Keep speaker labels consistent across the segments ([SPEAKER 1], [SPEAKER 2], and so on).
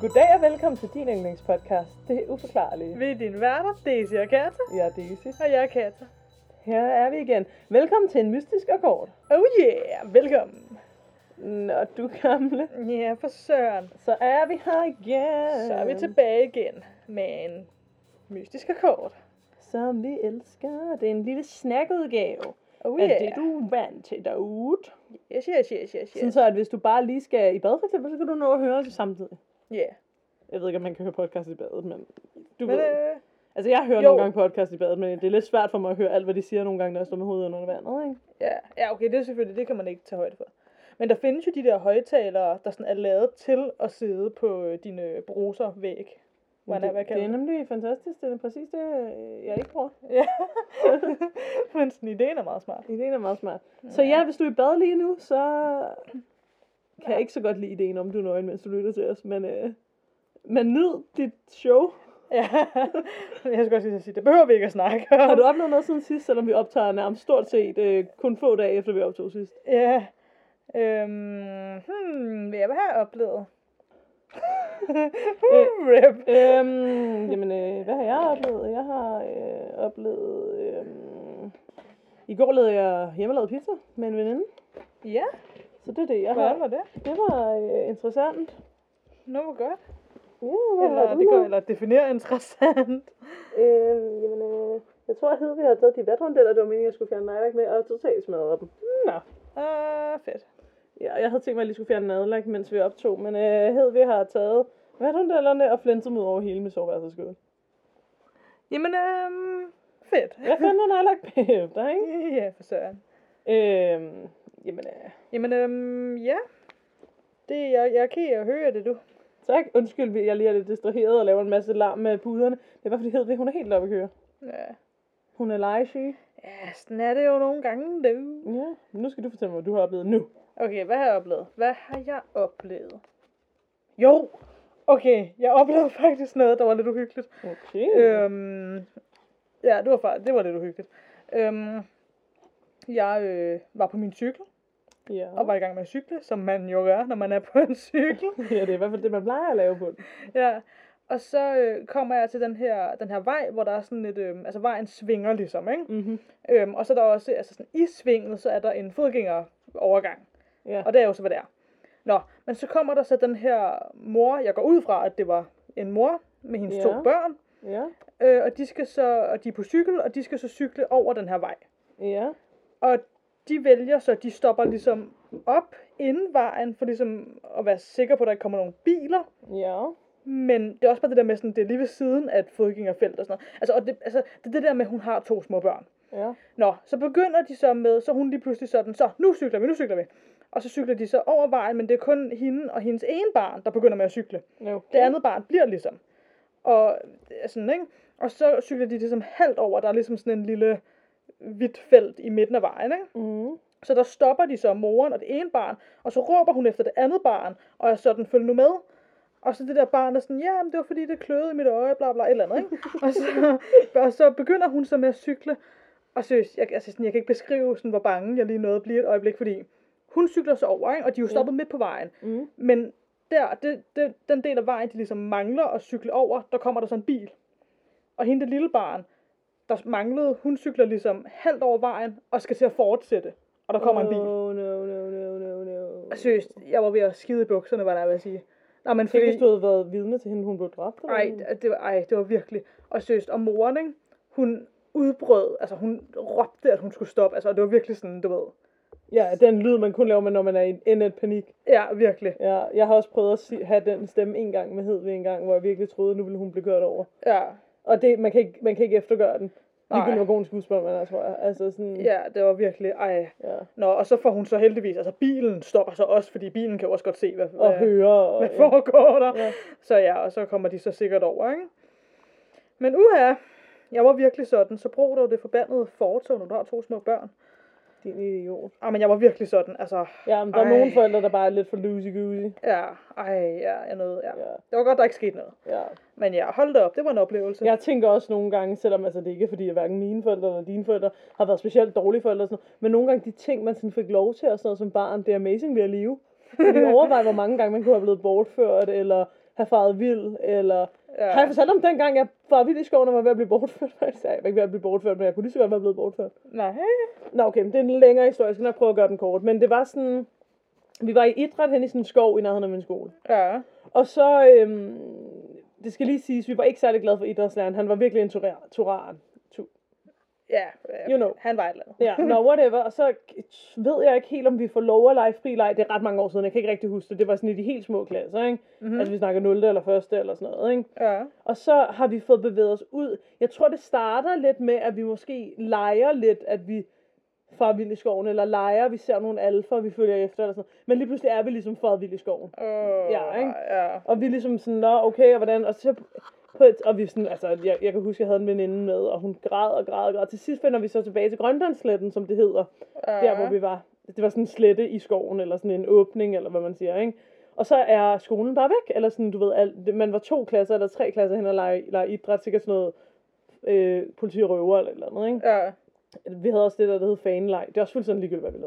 [SPEAKER 1] Goddag og velkommen til din yndlingspodcast, Det Uforklarlige.
[SPEAKER 2] Ved din værter, Daisy og Kata.
[SPEAKER 1] Jeg er Daisy.
[SPEAKER 2] Og jeg er Kata.
[SPEAKER 1] Her er vi igen. Velkommen til en mystisk akkord.
[SPEAKER 2] Oh yeah, velkommen.
[SPEAKER 1] Nå, du gamle.
[SPEAKER 2] Ja, for søren.
[SPEAKER 1] Så er vi her igen.
[SPEAKER 2] Så er vi tilbage igen med en mystisk akkord.
[SPEAKER 1] Som vi elsker. Det er en lille snackudgave.
[SPEAKER 2] Oh
[SPEAKER 1] Af
[SPEAKER 2] yeah.
[SPEAKER 1] det, du er vant til derude.
[SPEAKER 2] Yes, yes, yes, yes,
[SPEAKER 1] Sådan
[SPEAKER 2] yes.
[SPEAKER 1] så, at hvis du bare lige skal i bad, for eksempel, så kan du nå at høre os samtidig.
[SPEAKER 2] Yeah.
[SPEAKER 1] Jeg ved ikke, om man kan høre podcast i badet, men du
[SPEAKER 2] Men,
[SPEAKER 1] ved.
[SPEAKER 2] øh,
[SPEAKER 1] Altså, jeg hører
[SPEAKER 2] Jo.
[SPEAKER 1] nogle gange podcast i badet, men det er lidt svært for mig at høre alt, hvad de siger nogle gange, når jeg står med hovedet under vandet, ikke?
[SPEAKER 2] ja, ja, okay, det er selvfølgelig, det kan man ikke tage højde for. Men der findes jo de der højtalere, der sådan er lavet til at sidde på øh, dine øh, bruser væg. Hvordan er,
[SPEAKER 1] det,
[SPEAKER 2] hvad
[SPEAKER 1] det er
[SPEAKER 2] kalder man
[SPEAKER 1] nemlig fantastisk. Det er præcis det, øh, jeg ikke bruger.
[SPEAKER 2] Ja. Men sådan ideen er meget smart.
[SPEAKER 1] Ideen er meget smart. Så ja, hvis du er i bad lige nu, så kan jeg ikke så godt lide ideen om, du er nøgen, mens du lytter til os. Men, øh, men nyd dit show.
[SPEAKER 2] Ja, jeg skulle også lige til at sige, det behøver vi ikke at snakke om.
[SPEAKER 1] Har du oplevet noget siden sidst, selvom vi optager nærmest stort set øh, kun få dage efter, vi optog sidst?
[SPEAKER 2] Ja. Øhm, hmm, hvad jeg have oplevet? uh, rip.
[SPEAKER 1] Øhm, jamen, øh, hvad har jeg oplevet? Jeg har øh, oplevet... Øh, I går lavede jeg hjemmelavet pizza med en veninde.
[SPEAKER 2] Ja,
[SPEAKER 1] Så det er det, jeg har.
[SPEAKER 2] hvordan var det?
[SPEAKER 1] Det var øh, interessant.
[SPEAKER 2] Nu var godt.
[SPEAKER 1] Ja, hvad har
[SPEAKER 2] Eller,
[SPEAKER 1] Uh, du
[SPEAKER 2] det går,
[SPEAKER 1] lavet?
[SPEAKER 2] eller definere interessant.
[SPEAKER 1] Øh, jamen, øh, jeg tror, at Hedvig har taget de vatrundeller, det var meningen, jeg skulle fjerne nejlak med, og totalt smadret dem. Nå.
[SPEAKER 2] Åh, uh, fedt.
[SPEAKER 1] Ja, jeg havde tænkt mig, at jeg lige skulle fjerne nejlak, mens vi optog, men øh, Hedvig har taget vatrundellerne og flænset dem ud over hele min soveværelsesgulv.
[SPEAKER 2] Jamen, øhm, fedt.
[SPEAKER 1] Jeg fandt nejlak bagefter, ikke?
[SPEAKER 2] ja, for søren.
[SPEAKER 1] Øh, jamen, øh,
[SPEAKER 2] Jamen, øhm, ja. Det, jeg, jeg kan ikke høre det, du.
[SPEAKER 1] tak. Undskyld, jeg lige er lidt distraheret og laver en masse larm med puderne. Det er bare fordi Hedvig, hun er helt oppe at køre.
[SPEAKER 2] Ja.
[SPEAKER 1] Hun er legesyg.
[SPEAKER 2] ja, sådan er det jo nogle gange, du.
[SPEAKER 1] Ja, nu skal du fortælle mig, hvad du har oplevet nu.
[SPEAKER 2] Okay, hvad har jeg oplevet? Hvad har jeg oplevet? Jo, okay, jeg oplevede faktisk noget, der var lidt uhyggeligt.
[SPEAKER 1] Okay. Øh,
[SPEAKER 2] Øhm, ja, det var, faktisk, det var lidt uhyggeligt. Øhm, jeg øh, var på min cykel,
[SPEAKER 1] ja.
[SPEAKER 2] og var i gang med at cykle, som man jo gør, når man er på en cykel.
[SPEAKER 1] ja, det er i hvert fald det, man plejer at lave på den.
[SPEAKER 2] Ja. Og så øh, kommer jeg til den her, den her vej, hvor der er sådan lidt, øh, altså vejen svinger ligesom, ikke?
[SPEAKER 1] Mm-hmm.
[SPEAKER 2] Øhm, og så er der også, altså sådan, i svinget, så er der en fodgængerovergang.
[SPEAKER 1] Ja.
[SPEAKER 2] Og det er jo så, hvad det er. Nå, men så kommer der så den her mor, jeg går ud fra, at det var en mor med hendes ja.
[SPEAKER 1] Ja.
[SPEAKER 2] to børn,
[SPEAKER 1] Ja.
[SPEAKER 2] øh, og de skal så, og de er på cykel, og de skal så cykle over den her vej.
[SPEAKER 1] Ja.
[SPEAKER 2] Og de vælger så, de stopper ligesom op inden vejen, for ligesom at være sikker på, at der ikke kommer nogen biler.
[SPEAKER 1] Ja.
[SPEAKER 2] Men det er også bare det der med, sådan, det er lige ved siden af et fodgængerfelt og sådan noget. Altså, og det, altså, det er det der med, at hun har to små børn.
[SPEAKER 1] Ja.
[SPEAKER 2] Nå, så begynder de så med, så hun lige pludselig sådan, så nu cykler vi, nu cykler vi. Og så cykler de så over vejen, men det er kun hende og hendes ene barn, der begynder med at cykle.
[SPEAKER 1] Okay.
[SPEAKER 2] Det andet barn bliver ligesom. Og det er sådan, ikke? Og så cykler de ligesom halvt over, der er ligesom sådan en lille hvidt felt i midten af vejen, ikke?
[SPEAKER 1] Mm.
[SPEAKER 2] Så der stopper de så moren og det ene barn, og så råber hun efter det andet barn, og er sådan, følg nu med. Og så det der barn er sådan, ja, men det var fordi, det kløede i mit øje, bla bla, et eller andet, ikke? og, så, og så begynder hun så med at cykle, og seriøst, jeg, altså sådan, jeg kan ikke beskrive, sådan, hvor bange jeg lige nåede at blive et øjeblik, fordi hun cykler så over, ikke? og de er jo stoppet ja. midt på vejen.
[SPEAKER 1] Mm.
[SPEAKER 2] Men der, det, det, den del af vejen, de ligesom mangler at cykle over, der kommer der så en bil. Og hende, det lille barn, der manglede, hun cykler ligesom halvt over vejen, og skal til at fortsætte. Og der kommer en bil. Altså,
[SPEAKER 1] No, no, no, no, no, no.
[SPEAKER 2] Og Øh. Seriøst, jeg var ved at skide i bukserne, var der ved at sige. Nej, men
[SPEAKER 1] Tænk,
[SPEAKER 2] fordi...
[SPEAKER 1] hvis du havde været vidne til hende, hun blev dræbt. eller
[SPEAKER 2] Ej,
[SPEAKER 1] noget.
[SPEAKER 2] det- det var, ej, det var virkelig... Og seriøst, og moren, ikke? hun udbrød, altså hun råbte, at hun skulle stoppe. Altså, og det var virkelig sådan, du ved.
[SPEAKER 1] Ja, den lyd, man kun laver, når man er i en endet panik.
[SPEAKER 2] Ja, virkelig.
[SPEAKER 1] Ja, jeg har også prøvet at si- have den stemme en gang med Hedvig en gang, hvor jeg virkelig troede, nu ville hun blive kørt over.
[SPEAKER 2] Ja,
[SPEAKER 1] Og det, man kan ikke, man kan ikke eftergøre den.
[SPEAKER 2] Nej.
[SPEAKER 1] Ligegyldigt, hvor god en skuespiller man er, tror jeg. Altså sådan,
[SPEAKER 2] ja, det var virkelig... Ej,
[SPEAKER 1] ja.
[SPEAKER 2] Nå, og så får hun så heldigvis, altså bilen stopper så også, fordi bilen kan jo også godt se, hvad,
[SPEAKER 1] Og
[SPEAKER 2] hvad,
[SPEAKER 1] høre. Og,
[SPEAKER 2] hvad foregår der.
[SPEAKER 1] Ja.
[SPEAKER 2] Ja. Så ja, og så kommer de så sikkert over, ikke? Men uha, jeg var virkelig sådan, så brug dog det forbandede fortog, når du har to små børn.
[SPEAKER 1] Din idiot.
[SPEAKER 2] Ej, men jeg var virkelig sådan, altså,
[SPEAKER 1] Ja, men der er
[SPEAKER 2] Ej.
[SPEAKER 1] nogle forældre, der bare er lidt for loosey-goosey.
[SPEAKER 2] ja, ej, ja, jeg nåede, ja.
[SPEAKER 1] Ja,
[SPEAKER 2] Det var godt, der ikke skete noget.
[SPEAKER 1] ja.
[SPEAKER 2] Men ja, hold da op, det var en oplevelse.
[SPEAKER 1] Jeg tænker også nogle gange, selvom altså, det ikke er fordi, at hverken mine forældre eller dine forældre har været specielt dårlige forældre, og sådan noget, men nogle gange de ting, man sådan fik lov til og sådan noget som barn, det er amazing ved at leve. Fordi overvej, hvor mange gange man kunne have blevet bortført, eller have faret vild, eller... Ja.
[SPEAKER 2] Ja.
[SPEAKER 1] Har jeg fortalt om dengang, jeg var vild i skoven og var ved at blive bortført? faktisk? Nej, jeg var ikke ved at blive bortført, men jeg kunne lige så godt være blevet bortført.
[SPEAKER 2] Nej.
[SPEAKER 1] Nå, okay, men det er en længere historie, jeg skal nok prøve at gøre den kort. Men det var sådan... Vi var i idræt hen i sådan en skov i nærheden af min skole.
[SPEAKER 2] Ja.
[SPEAKER 1] Og så, øhm, det skal lige siges, vi var ikke særlig glade for idrætslæreren. Han var virkelig en turan. turan. Tu-
[SPEAKER 2] Ja.
[SPEAKER 1] You know.
[SPEAKER 2] Han var et eller andet.
[SPEAKER 1] Ja, no, whatever. Og så ved jeg ikke helt, om vi får lov at lege fri leg. Det er ret mange år siden, jeg kan ikke rigtig huske det. Det var sådan i de helt små klasser, ikke? Mm-hmm. Altså, vi snakker 0. eller 1. eller sådan noget, ikke?
[SPEAKER 2] Ja.
[SPEAKER 1] Og så har vi fået bevæget os ud. Jeg tror, det starter lidt med, at vi måske leger lidt, at vi far vild i skoven, eller leger, vi ser nogle alfer, vi følger efter, eller sådan noget. Men lige pludselig er vi ligesom far vild i skoven.
[SPEAKER 2] Oh,
[SPEAKER 1] Ja, ikke?
[SPEAKER 2] Ja.
[SPEAKER 1] Og vi er ligesom sådan, nå, okay, og hvordan, og så på et, og vi er sådan, altså, jeg, jeg kan huske, jeg havde en veninde med, og hun græd og græd og græd. Til sidst finder vi så tilbage til Grønlandssletten, som det hedder,
[SPEAKER 2] ja.
[SPEAKER 1] der hvor vi var. Det var sådan en slette i skoven, eller sådan en åbning, eller hvad man siger, ikke? Og så er skolen bare væk, eller sådan, du ved, alt, man var to klasser eller tre klasser hen og lege, lege idræt, sikkert sådan noget øh, politi og røver eller et eller andet, ikke?
[SPEAKER 2] Ja.
[SPEAKER 1] vi havde også det der, der hed fanelej. Det er også fuldstændig ligegyldigt, hvad vi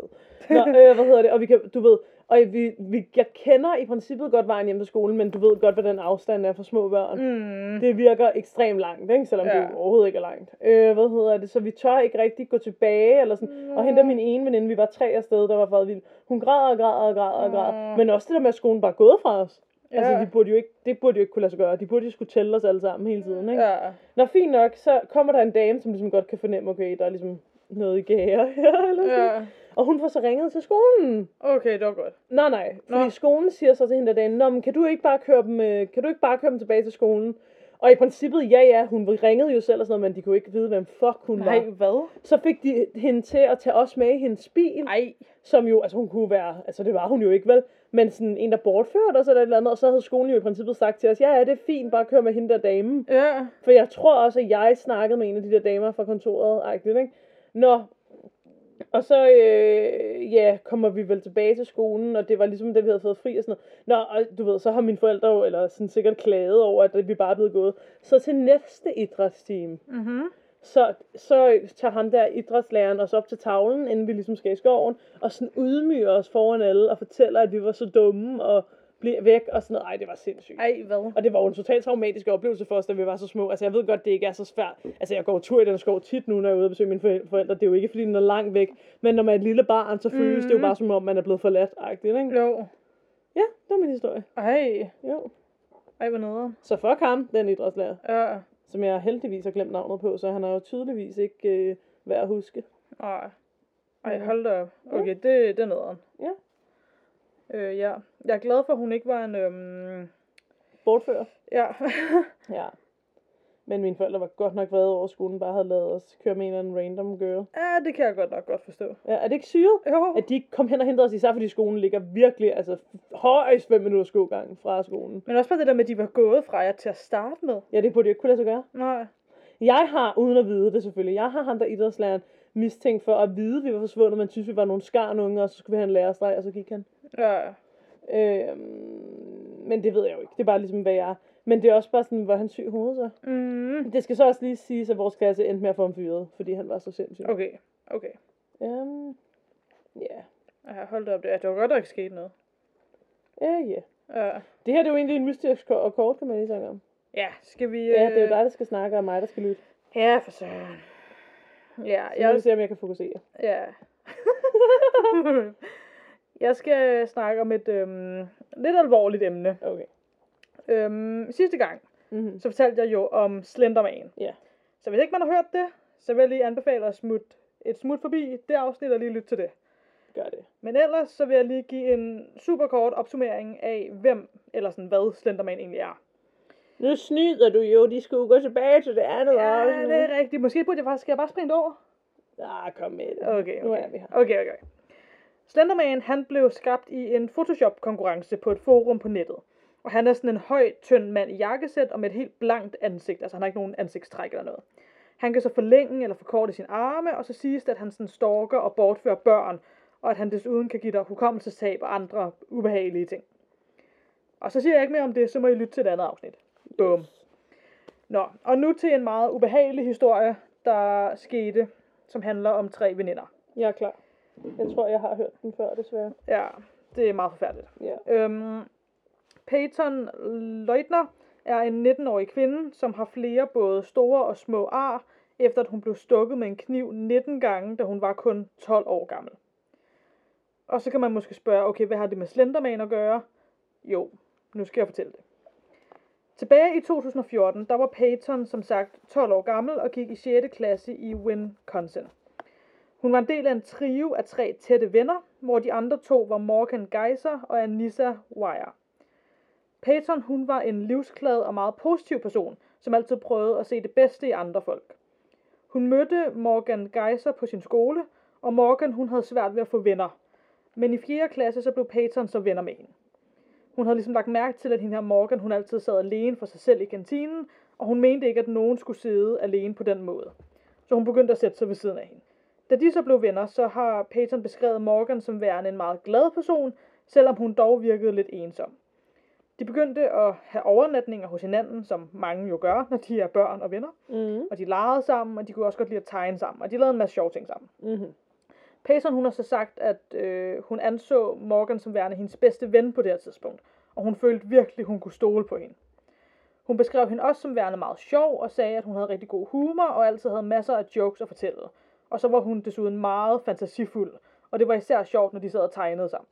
[SPEAKER 1] lavede. Nå, øh, hvad hedder det? Og vi kan, du ved, og vi, vi, jeg kender i princippet godt vejen hjem til skolen, men du ved godt, hvad den afstand er for små børn. Mm.
[SPEAKER 2] Mm.
[SPEAKER 1] Det virker ekstremt langt, ikke? selvom ja.
[SPEAKER 2] Ja.
[SPEAKER 1] det jo overhovedet ikke er langt. Øh, hvad hedder det? Så vi tør ikke rigtig gå tilbage, eller sådan. Mm. Og henter min ene veninde, vi var tre afsted, der var for vild. Hun græder og græder og græder og græder.
[SPEAKER 2] Nå.
[SPEAKER 1] Men også det der med, at skolen bare er gået fra os. Ja.
[SPEAKER 2] Ja.
[SPEAKER 1] Altså, de burde jo ikke, det burde jo ikke kunne lade sig gøre. De burde jo skulle tælle os alle sammen hele tiden, ikke?
[SPEAKER 2] Ja.
[SPEAKER 1] Nå, fint nok, så kommer der en dame, som ligesom godt kan fornemme, okay, der er ligesom noget i gære her, eller sådan.
[SPEAKER 2] Ja.
[SPEAKER 1] Og hun får så ringet til skolen.
[SPEAKER 2] Okay, det var godt.
[SPEAKER 1] Nej, nej, fordi
[SPEAKER 2] Nå.
[SPEAKER 1] skolen siger så til hende der dagen, Nå, men kan du ikke bare køre dem, øh, kan du ikke bare køre dem tilbage til skolen? Og i princippet, ja, ja, hun ringede jo selv og sådan noget, men de kunne ikke vide, hvem fuck hun var.
[SPEAKER 2] hvad?
[SPEAKER 1] Så fik de hende til at tage os med i hendes bil,
[SPEAKER 2] Nej.
[SPEAKER 1] som jo, altså hun kunne være, altså det var hun jo ikke vel, men sådan en, der bortførte os eller et eller andet, og så havde skolen jo i princippet sagt til os, ja, ja, det er fint, bare kør med hende der damen.
[SPEAKER 2] Ja.
[SPEAKER 1] For jeg tror også, at jeg snakkede med en af de der damer fra kontoret. Agtigt, ikke? Nå, og så øh, ja, kommer vi vel tilbage til skolen, og det var ligesom, da vi havde fået fri og sådan noget. Nå, og du ved, så har mine forældre jo, eller sådan sikkert klaget over, at vi bare er blevet gået. Så til næste idrætstime,
[SPEAKER 2] Mhm.
[SPEAKER 1] så, så tager ham der idrætslæreren os op til tavlen, inden vi ligesom skal i skoven, og sådan ydmyger os foran alle, og fortæller, at vi var så dumme, og blev væk, og sådan noget. Ej, det var sindssygt.
[SPEAKER 2] Ej, hvad?
[SPEAKER 1] Og det var jo en totalt traumatisk oplevelse for os, da vi var så små. Altså, jeg ved godt, det ikke er så svært. Altså, jeg går tur i den skov tit nu, når jeg er ude og besøge mine forel- forældre. Det er jo ikke, fordi den er langt væk. Men når man er et lille barn, så føles mm. det jo bare, som om man er blevet forladt. Agtigt, ikke?
[SPEAKER 2] Jo.
[SPEAKER 1] Ja, det var min historie.
[SPEAKER 2] Ej.
[SPEAKER 1] Jo.
[SPEAKER 2] Ej, hvor nederen.
[SPEAKER 1] Så fuck ham, den idrætslærer,
[SPEAKER 2] Ja.
[SPEAKER 1] som jeg heldigvis har glemt navnet på, så han er jo tydeligvis ikke øh, værd at huske.
[SPEAKER 2] Ej. Ej, hold da op. Okay, det, det er nederen.
[SPEAKER 1] Ja.
[SPEAKER 2] Øh, ja. Jeg er glad for, at hun ikke var en... Øhm...
[SPEAKER 1] Bortfører.
[SPEAKER 2] Ja.
[SPEAKER 1] Ja. Men mine forældre var godt nok vrede over, at skolen bare havde lavet os køre med en eller anden random girl.
[SPEAKER 2] ja, det kan jeg godt nok godt forstå.
[SPEAKER 1] Ja, er det ikke syret?
[SPEAKER 2] Jo.
[SPEAKER 1] at de ikke kom hen og hentede os, især fordi skolen ligger virkelig, altså højst 5 minutters gågang fra skolen.
[SPEAKER 2] Men også bare det der med, at de var gået fra jer til at starte med.
[SPEAKER 1] Ja, det burde jo ikke kunne lade sig gøre.
[SPEAKER 2] Nej.
[SPEAKER 1] Jeg har, uden at vide det selvfølgelig, jeg har ham der idrætslæreren mistænkt for at vide, at vi var forsvundet, men synes, vi var nogle skarnunge, og så skulle vi have en lærerstreg, og så gik han.
[SPEAKER 2] Ja.
[SPEAKER 1] Øh, men det ved jeg jo ikke. Det er bare ligesom, hvad jeg er. Men det er også bare sådan, hvor han syg i hovedet så.
[SPEAKER 2] Mm.
[SPEAKER 1] Det skal så også lige siges, at vores klasse endte med at få ham fyret, fordi han var så sindssyg.
[SPEAKER 2] Okay. Okay.
[SPEAKER 1] Øhm, Ja,
[SPEAKER 2] Ja, hold da op. Det, ja, det var godt, der ikke skete noget.
[SPEAKER 1] ja, Øh, ja.
[SPEAKER 2] Ja.
[SPEAKER 1] Det her det er jo egentlig en mystisk ko- og kort, kan man lige snakke om.
[SPEAKER 2] Ja, skal vi...
[SPEAKER 1] Ja, det er jo
[SPEAKER 2] øh,
[SPEAKER 1] dig, der skal snakke, og mig, der skal lytte.
[SPEAKER 2] Ja, for søren. Ja,
[SPEAKER 1] Jeg
[SPEAKER 2] jeg,
[SPEAKER 1] vil se, om jeg kan fokusere.
[SPEAKER 2] ja. jeg skal snakke om et øhm, lidt alvorligt emne.
[SPEAKER 1] Okay.
[SPEAKER 2] Øhm, sidste gang,
[SPEAKER 1] Mm-hmm.
[SPEAKER 2] så fortalte jeg jo om Slenderman.
[SPEAKER 1] Ja.
[SPEAKER 2] Så hvis ikke man har hørt det, så vil jeg lige anbefale at smutte et smut forbi det afsnit og lige lytte til det.
[SPEAKER 1] Gør det.
[SPEAKER 2] Men ellers så vil jeg lige give en super kort opsummering af, hvem eller sådan hvad Slenderman egentlig er.
[SPEAKER 1] Nu snyder du jo, de skulle gå tilbage til det andet
[SPEAKER 2] Ja, det
[SPEAKER 1] afsnit.
[SPEAKER 2] er rigtigt. Måske burde jeg faktisk, skal jeg bare springe det over?
[SPEAKER 1] Ah, kom med det.
[SPEAKER 2] Okay, okay.
[SPEAKER 1] Nu er vi her.
[SPEAKER 2] Okay, okay. Slenderman, han blev skabt i en Photoshop-konkurrence på et forum på nettet. Og han er sådan en høj, tynd mand i jakkesæt og med et helt blankt ansigt. Altså, han har ikke nogen ansigtstræk eller noget. Han kan så forlænge eller forkorte sine arme, og så siges det, at han sådan stalker og bortfører børn, og at han desuden kan give dig hukommelsestab og andre ubehagelige ting. Og så siger jeg ikke mere om det, så må I lytte til et andet afsnit. Bum. Nå, og nu til en meget ubehagelig historie, der skete, som handler om tre veninder.
[SPEAKER 1] Jeg er klar. Jeg tror, jeg har hørt den før, desværre.
[SPEAKER 2] Ja, det er meget forfærdeligt.
[SPEAKER 1] Ja.
[SPEAKER 2] Øhm, Peyton Leutner er en 19-årig kvinde, som har flere både store og små ar, efter at hun blev stukket med en kniv 19 gange, da hun var kun 12 år gammel. Og så kan man måske spørge, okay, hvad har det med Slenderman at gøre? Jo, nu skal jeg fortælle det. Tilbage i 2014, der var Peyton som sagt 12 år gammel og gik i 6. klasse i Wisconsin. Hun var en del af en trio af tre tætte venner, hvor de andre to var Morgan Geiser og Anissa Wire. Peyton, hun var en livsglad og meget positiv person, som altid prøvede at se det bedste i andre folk. Hun mødte Morgan Geiser på sin skole, og Morgan hun havde svært ved at få venner. Men i 4. klasse så blev Peyton så venner med hende. Hun havde ligesom lagt mærke til, at hende her Morgan, hun altid sad alene for sig selv i kantinen, og hun mente ikke, at nogen skulle sidde alene på den måde. Så hun begyndte at sætte sig ved siden af hende. Da de så blev venner, så har Peyton beskrevet Morgan som værende en meget glad person, selvom hun dog virkede lidt ensom. De begyndte at have overnatninger hos hinanden, som mange jo gør, når de er børn og venner.
[SPEAKER 1] Mm.
[SPEAKER 2] Og de legede sammen, og de kunne også godt lide at tegne sammen, og de lavede en masse sjove ting sammen.
[SPEAKER 1] Mm-hmm.
[SPEAKER 2] Payson hun har så sagt, at øh, hun anså Morgan som værende hendes bedste ven på det her tidspunkt, og hun følte virkelig, hun kunne stole på hende. Hun beskrev hende også som værende meget sjov, og sagde, at hun havde rigtig god humor, og altid havde masser af jokes at fortælle. Og så var hun desuden meget fantasifuld, og det var især sjovt, når de sad og tegnede sammen.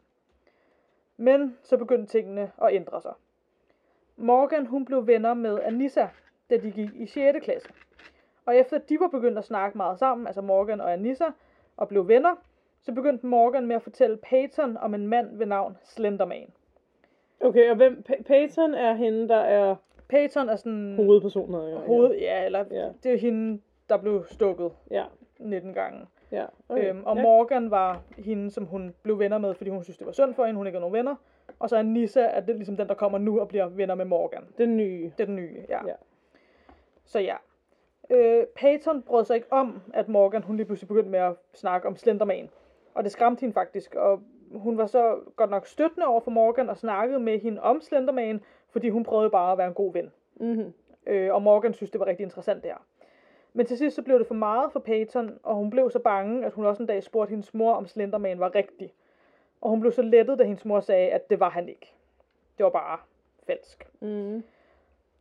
[SPEAKER 2] Men så begyndte tingene at ændre sig. Morgan hun blev venner med Anissa, da de gik i 6. klasse. Og efter de var begyndt at snakke meget sammen, altså Morgan og Anissa, og blev venner, så begyndte Morgan med at fortælle Peyton om en mand ved navn Slenderman.
[SPEAKER 1] Okay, og hvem? Pe- Peyton er hende, der er
[SPEAKER 2] Peyton er sådan
[SPEAKER 1] hovedpersonen. Ja, ja.
[SPEAKER 2] hoved, ja, eller
[SPEAKER 1] Ja.
[SPEAKER 2] det er hende, der blev stukket
[SPEAKER 1] Ja,
[SPEAKER 2] 19 gange.
[SPEAKER 1] ja.
[SPEAKER 2] Okay. Øhm, og
[SPEAKER 1] ja.
[SPEAKER 2] Morgan var hende, som hun blev venner med, fordi hun synes, det var synd for hende, hun ikke havde nogen venner. Og så er Nissa, at det er ligesom den, der kommer nu og bliver venner med Morgan.
[SPEAKER 1] Den nye.
[SPEAKER 2] Det er den nye, ja.
[SPEAKER 1] Ja.
[SPEAKER 2] ja. Så ja. Øh, Peyton brød sig ikke om, at Morgan hun lige pludselig begyndte med at snakke om Slenderman. Og det skræmte hende faktisk, og hun var så godt nok støttende over for Morgan og snakkede med hende om Slenderman, fordi hun prøvede bare at være en god ven.
[SPEAKER 1] Mm-hmm.
[SPEAKER 2] Øh, og Morgan synes, det var rigtig interessant det her. Men til sidst så blev det for meget for Peyton, og hun blev så bange, at hun også en dag spurgte hendes mor, om Slenderman var rigtig. Og hun blev så lettet, da hendes mor sagde, at det var han ikke. Det var bare falsk.
[SPEAKER 1] Mm-hmm.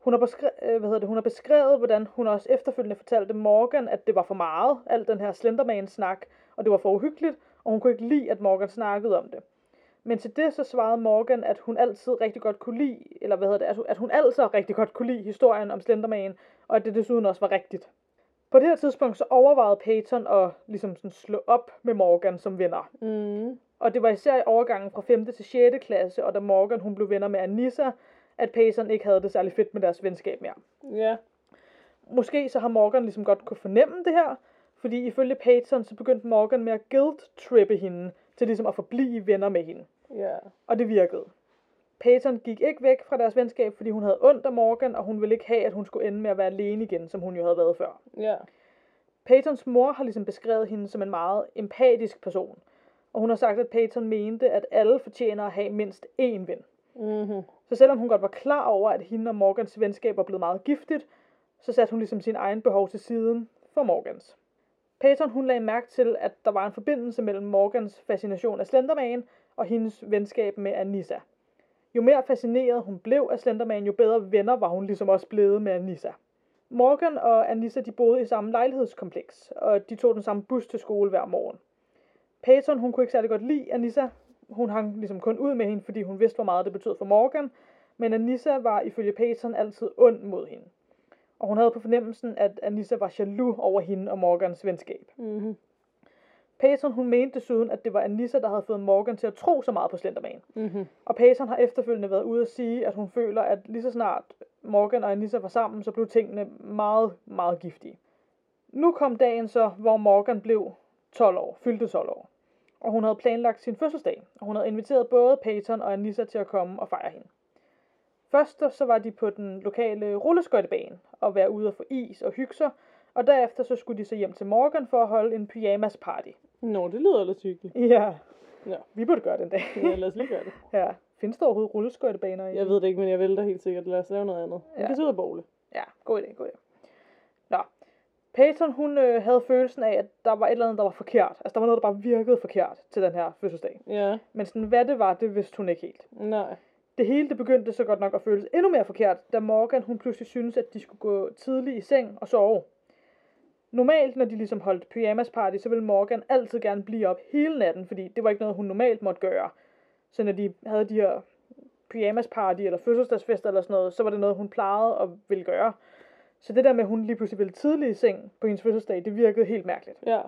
[SPEAKER 2] Hun har, beskre- øh, hvad hedder det, hun har beskrevet, hvordan hun også efterfølgende fortalte Morgan, at det var for meget, al den her Slenderman-snak, og det var for uhyggeligt, og hun kunne ikke lide, at Morgan snakkede om det. Men til det så svarede Morgan, at hun altid rigtig godt kunne lide, eller hvad hedder det, at hun, at hun altid rigtig godt kunne lide historien om Slenderman, og at det desuden også var rigtigt. På det her tidspunkt så overvejede Peyton at ligesom sådan slå op med Morgan som venner.
[SPEAKER 1] Mm-hmm.
[SPEAKER 2] Og det var især i overgangen fra 5. til 6. klasse, og da Morgan hun blev venner med Anissa, at Payson ikke havde det særlig fedt med deres venskab mere.
[SPEAKER 1] Ja.
[SPEAKER 2] Måske så har Morgan ligesom godt kunne fornemme det her, fordi ifølge Payton så begyndte Morgan med at guilt-trippe hende, til ligesom at forblive venner med hende.
[SPEAKER 1] Ja.
[SPEAKER 2] Og det virkede. Payton gik ikke væk fra deres venskab, fordi hun havde ondt af Morgan, og hun ville ikke have, at hun skulle ende med at være alene igen, som hun jo havde været før.
[SPEAKER 1] Ja.
[SPEAKER 2] Peytons mor har ligesom beskrevet hende som en meget empatisk person, og hun har sagt, at Peyton mente, at alle fortjener at have mindst én ven.
[SPEAKER 1] Mm-hmm.
[SPEAKER 2] Så selvom hun godt var klar over, at hende og Morgans venskab var blevet meget giftigt, så satte hun ligesom sin egen behov til siden for Morgans. Peyton hun lagde mærke til, at der var en forbindelse mellem Morgans fascination af Slenderman og hendes venskab med Anissa. Jo mere fascineret hun blev af Slenderman, jo bedre venner var hun ligesom også blevet med Anissa. Morgan og Anissa de boede i samme lejlighedskompleks, og de tog den samme bus til skole hver morgen. Peyton hun kunne ikke særlig godt lide Anissa. Hun hang ligesom kun ud med hende, fordi hun vidste, hvor meget det betød for Morgan. Men Anissa var ifølge Peyton altid ond mod hende. Og hun havde på fornemmelsen, at Anissa var jaloux over hende og Morgans venskab.
[SPEAKER 1] Mm-hmm.
[SPEAKER 2] Peyton hun mente desuden, at det var Anissa, der havde fået Morgan til at tro så meget på Slenderman.
[SPEAKER 1] Mm-hmm.
[SPEAKER 2] Og Peyton har efterfølgende været ude at sige, at hun føler, at lige så snart Morgan og Anissa var sammen, så blev tingene meget, meget giftige. Nu kom dagen så, hvor Morgan blev 12 år, fyldte 12 år. Og hun havde planlagt sin fødselsdag, og hun havde inviteret både Peyton og Anissa til at komme og fejre hende. Først så var de på den lokale rulleskøjtebane og være ude og få is og hygge sig, og derefter så skulle de så hjem til Morgan for at holde en pyjamas party.
[SPEAKER 1] Nå, det lyder ellers hyggeligt.
[SPEAKER 2] Ja,
[SPEAKER 1] Ja.
[SPEAKER 2] vi burde gøre den dag.
[SPEAKER 1] Ja, lad os lige gøre det.
[SPEAKER 2] Ja. Findes der overhovedet rulleskøjtebaner i?
[SPEAKER 1] Jeg ved det ikke, men jeg vælter helt sikkert. Lad os lave noget andet. Vi
[SPEAKER 2] Ja.
[SPEAKER 1] kan sidde og bogle.
[SPEAKER 2] Ja, god idé, god idé. Nå. Peyton, hun øh, havde følelsen af, at der var et eller andet, der var forkert. Altså, der var noget, der bare virkede forkert til den her fødselsdag.
[SPEAKER 1] Ja.
[SPEAKER 2] Men sådan, hvad det var, det vidste hun ikke helt.
[SPEAKER 1] Nej.
[SPEAKER 2] Det hele det begyndte så godt nok at føles endnu mere forkert, da Morgan hun pludselig syntes, at de skulle gå tidligt i seng og sove. Normalt, når de ligesom holdt pyjamasparty, så ville Morgan altid gerne blive op hele natten, fordi det var ikke noget, hun normalt måtte gøre. Så når de havde de her pyjamasparty eller fødselsdagsfester eller sådan noget, så var det noget, hun plejede at ville gøre. Så det der med, at hun lige pludselig ville tidlig i seng på hendes fødselsdag, det virkede helt mærkeligt.
[SPEAKER 1] Ja.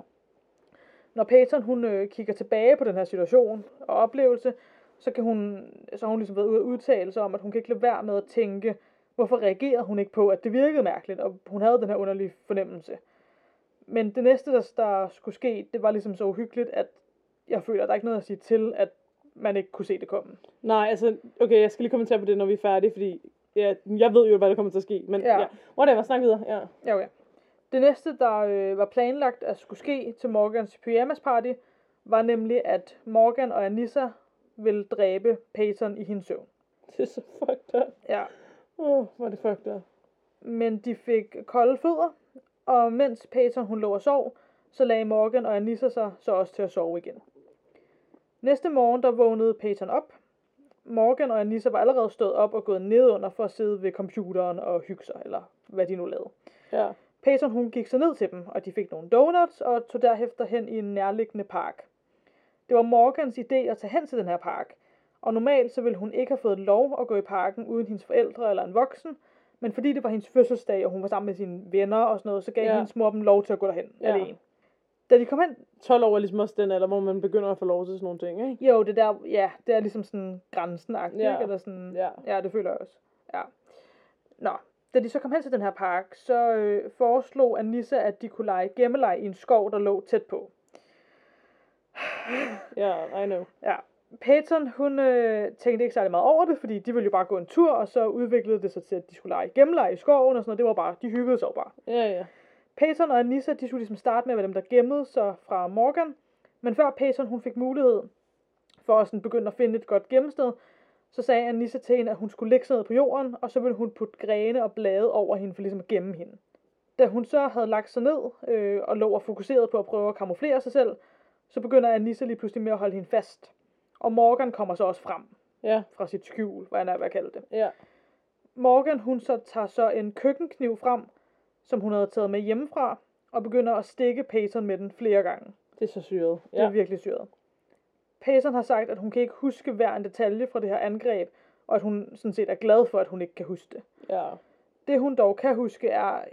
[SPEAKER 2] Når Peyton hun øh, kigger tilbage på den her situation og oplevelse, så, kan hun, så har hun ligesom været ude at udtale sig om, at hun kan ikke lade være med at tænke, hvorfor reagerede hun ikke på, at det virkede mærkeligt, og hun havde den her underlige fornemmelse. Men det næste, der, der skulle ske, det var ligesom så uhyggeligt, at jeg føler, at der er ikke noget at sige til, at man ikke kunne se det komme.
[SPEAKER 1] Nej, altså, okay, jeg skal lige kommentere på det, når vi er færdige, fordi ja, jeg ved jo, hvad der kommer til at ske, men
[SPEAKER 2] Ja.
[SPEAKER 1] ja. ja. Whatever, snak videre, ja.
[SPEAKER 2] Ja, okay. Det næste, der øh, var planlagt at skulle ske til Morgans pyjamas party, var nemlig, at Morgan og Anissa ville dræbe Peyton i hendes søvn.
[SPEAKER 1] Det er så fucked up.
[SPEAKER 2] Ja.
[SPEAKER 1] Åh, oh, hvor er det fucked up.
[SPEAKER 2] Men de fik kolde fødder, og mens Peyton hun lå og sov, så lagde Morgan og Anissa sig så også til at sove igen. Næste morgen, der vågnede Peyton op. Morgan og Anissa var allerede stået op og gået nedunder for at sidde ved computeren og hygge sig, eller hvad de nu lavede.
[SPEAKER 1] Ja.
[SPEAKER 2] Peyton hun gik så ned til dem, og de fik nogle donuts og tog derefter hen i en nærliggende park. Det var Morgans idé at tage hen til den her park, og normalt så ville hun ikke have fået lov at gå i parken uden hendes forældre eller en voksen, men fordi det var hendes fødselsdag, og hun var sammen med sine venner og sådan noget, så gav ja.
[SPEAKER 1] Ja.
[SPEAKER 2] hendes mor dem lov til at gå derhen ja.
[SPEAKER 1] Ja.
[SPEAKER 2] alene. Da de kom hen,
[SPEAKER 1] 12 år er ligesom også den alder, hvor man begynder at få lov til sådan nogle ting, ikke?
[SPEAKER 2] jo, det der, ja, det er ligesom sådan grænsen ja.
[SPEAKER 1] Ja.
[SPEAKER 2] ikke? Eller sådan,
[SPEAKER 1] Ja.
[SPEAKER 2] Ja, det føler jeg også. Ja. Nå, da de så kom hen til den her park, så øh, foreslog Anissa, at de kunne lege gemmeleg i en skov, der lå tæt på.
[SPEAKER 1] Ja, I know.
[SPEAKER 2] Ja. Peyton, hun øh, tænkte ikke særlig meget over det, fordi de ville jo bare gå en tur, og så udviklede det sig til, at de skulle lege gemmeleg i skoven og sådan noget. Det var bare, de hyggede sig jo bare.
[SPEAKER 1] Ja, ja.
[SPEAKER 2] Peyton og Anissa, de skulle ligesom starte med at være dem, der gemmede sig fra Morgan. Men før Peyton, hun fik mulighed for at sådan begynde at finde et godt gemmested, så sagde Anissa til hende, at hun skulle lægge sig ned på jorden, og så ville hun putte grene og blade over hende for ligesom at gemme hende. Da hun så havde lagt sig ned øh, og lå og fokuseret på at prøve at kamuflere sig selv, så begynder Anissa lige pludselig med at holde hende fast. Og Morgan kommer så også frem
[SPEAKER 1] Ja,
[SPEAKER 2] fra sit skjul, hvad han er ved at kalde det.
[SPEAKER 1] ja.
[SPEAKER 2] Morgan, hun så tager så en køkkenkniv frem, som hun havde taget med hjemmefra, og begynder at stikke Peyton med den flere gange.
[SPEAKER 1] Det er så syret.
[SPEAKER 2] Ja. Det er
[SPEAKER 1] Ja.
[SPEAKER 2] virkelig syret. Peyton har sagt, at hun kan ikke huske hver en detalje fra det her angreb, og at hun sådan set er glad for, at hun ikke kan huske det.
[SPEAKER 1] ja.
[SPEAKER 2] Det hun dog kan huske er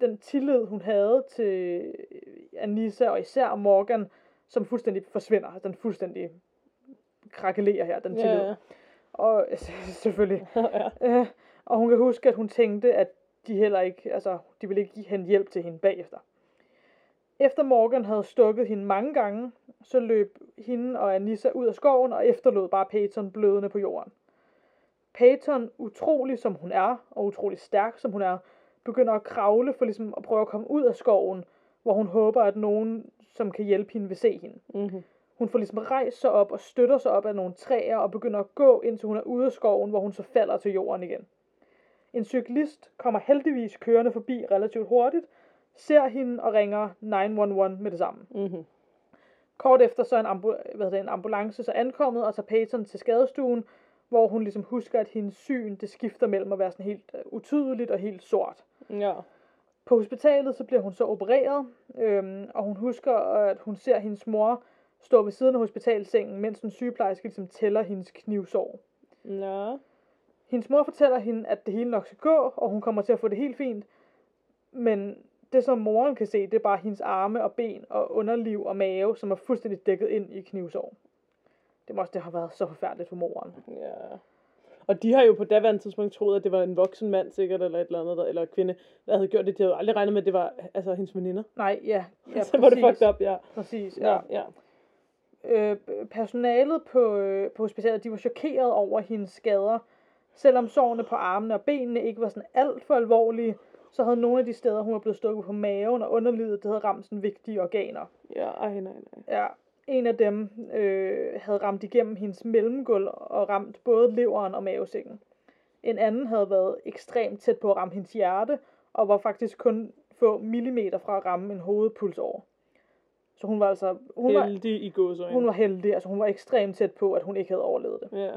[SPEAKER 2] den tillid, hun havde til øh, Anissa og især Morgan, som fuldstændig forsvinder. Altså, Den fuldstændig krakelerer her, den tillid.
[SPEAKER 1] Ja,
[SPEAKER 2] Ja.
[SPEAKER 1] ja.
[SPEAKER 2] Og selvfølgelig
[SPEAKER 1] ja.
[SPEAKER 2] Øh, og hun kan huske, at hun tænkte, at de heller ikke, altså, de ville ikke give hende hjælp til hende bagefter. Efter Morgan havde stukket hende mange gange, så løb hende og Anissa ud af skoven og efterlod bare Peyton blødende på jorden. Peyton, utrolig som hun er, og utrolig stærk som hun er, begynder at kravle for ligesom at prøve at komme ud af skoven, hvor hun håber, at nogen, som kan hjælpe hende, vil se hende.
[SPEAKER 1] Mm-hmm.
[SPEAKER 2] Hun får ligesom rejst sig op og støtter sig op af nogle træer og begynder at gå, indtil hun er ude af skoven, hvor hun så falder til jorden igen. En cyklist kommer heldigvis kørende forbi relativt hurtigt, ser hende og ringer 911 med det samme.
[SPEAKER 1] Mm-hmm.
[SPEAKER 2] Kort efter så er en, ambu- hvad hedder det, en ambulance så ankommet og tager Peyton til skadestuen, hvor hun ligesom husker, at hendes syn det skifter mellem at være sådan helt øh, utydeligt og helt sort.
[SPEAKER 1] Ja.
[SPEAKER 2] På hospitalet så bliver hun så opereret, øhm, og hun husker, at hun ser hendes mor stå ved siden af hospitalsengen, mens en sygeplejerske ligesom tæller hendes knivsår.
[SPEAKER 1] Ja.
[SPEAKER 2] Hendes mor fortæller hende, at det hele nok skal gå, og hun kommer til at få det helt fint. Men det, som moren kan se, det er bare hendes arme og ben og underliv og mave, som er fuldstændig dækket ind i knivsår. Det må også det har været så forfærdeligt for moren.
[SPEAKER 1] Ja. Og de har jo på daværende tidspunkt troet, at det var en voksen mand sikkert, eller et eller andet, der, eller kvinde, der havde gjort det. De havde jo aldrig regnet med, at det var altså, hendes veninder.
[SPEAKER 2] Nej, ja. ja
[SPEAKER 1] Ja, så var det fucked up, ja.
[SPEAKER 2] Præcis, ja.
[SPEAKER 1] Ja, ja.
[SPEAKER 2] øh, personalet på, øh, på hospitalet, de var chokeret over hendes skader. Selvom sårene på armene og benene ikke var sådan alt for alvorlige, så havde nogle af de steder, hun var blevet stukket på maven og underlivet, det havde ramt sådan vigtige organer.
[SPEAKER 1] Ja, ej, nej, nej.
[SPEAKER 2] Ja, en af dem øh, havde ramt igennem hendes mellemgulv og ramt både leveren og mavesækken. En anden havde været ekstremt tæt på at ramme hendes hjerte, og var faktisk kun få millimeter fra at ramme en hovedpuls over. Så hun var altså... Hun var,
[SPEAKER 1] Heldig i gåsøjne.
[SPEAKER 2] hun var heldig, altså hun var ekstremt tæt på, at hun ikke havde overlevet det.
[SPEAKER 1] Ja.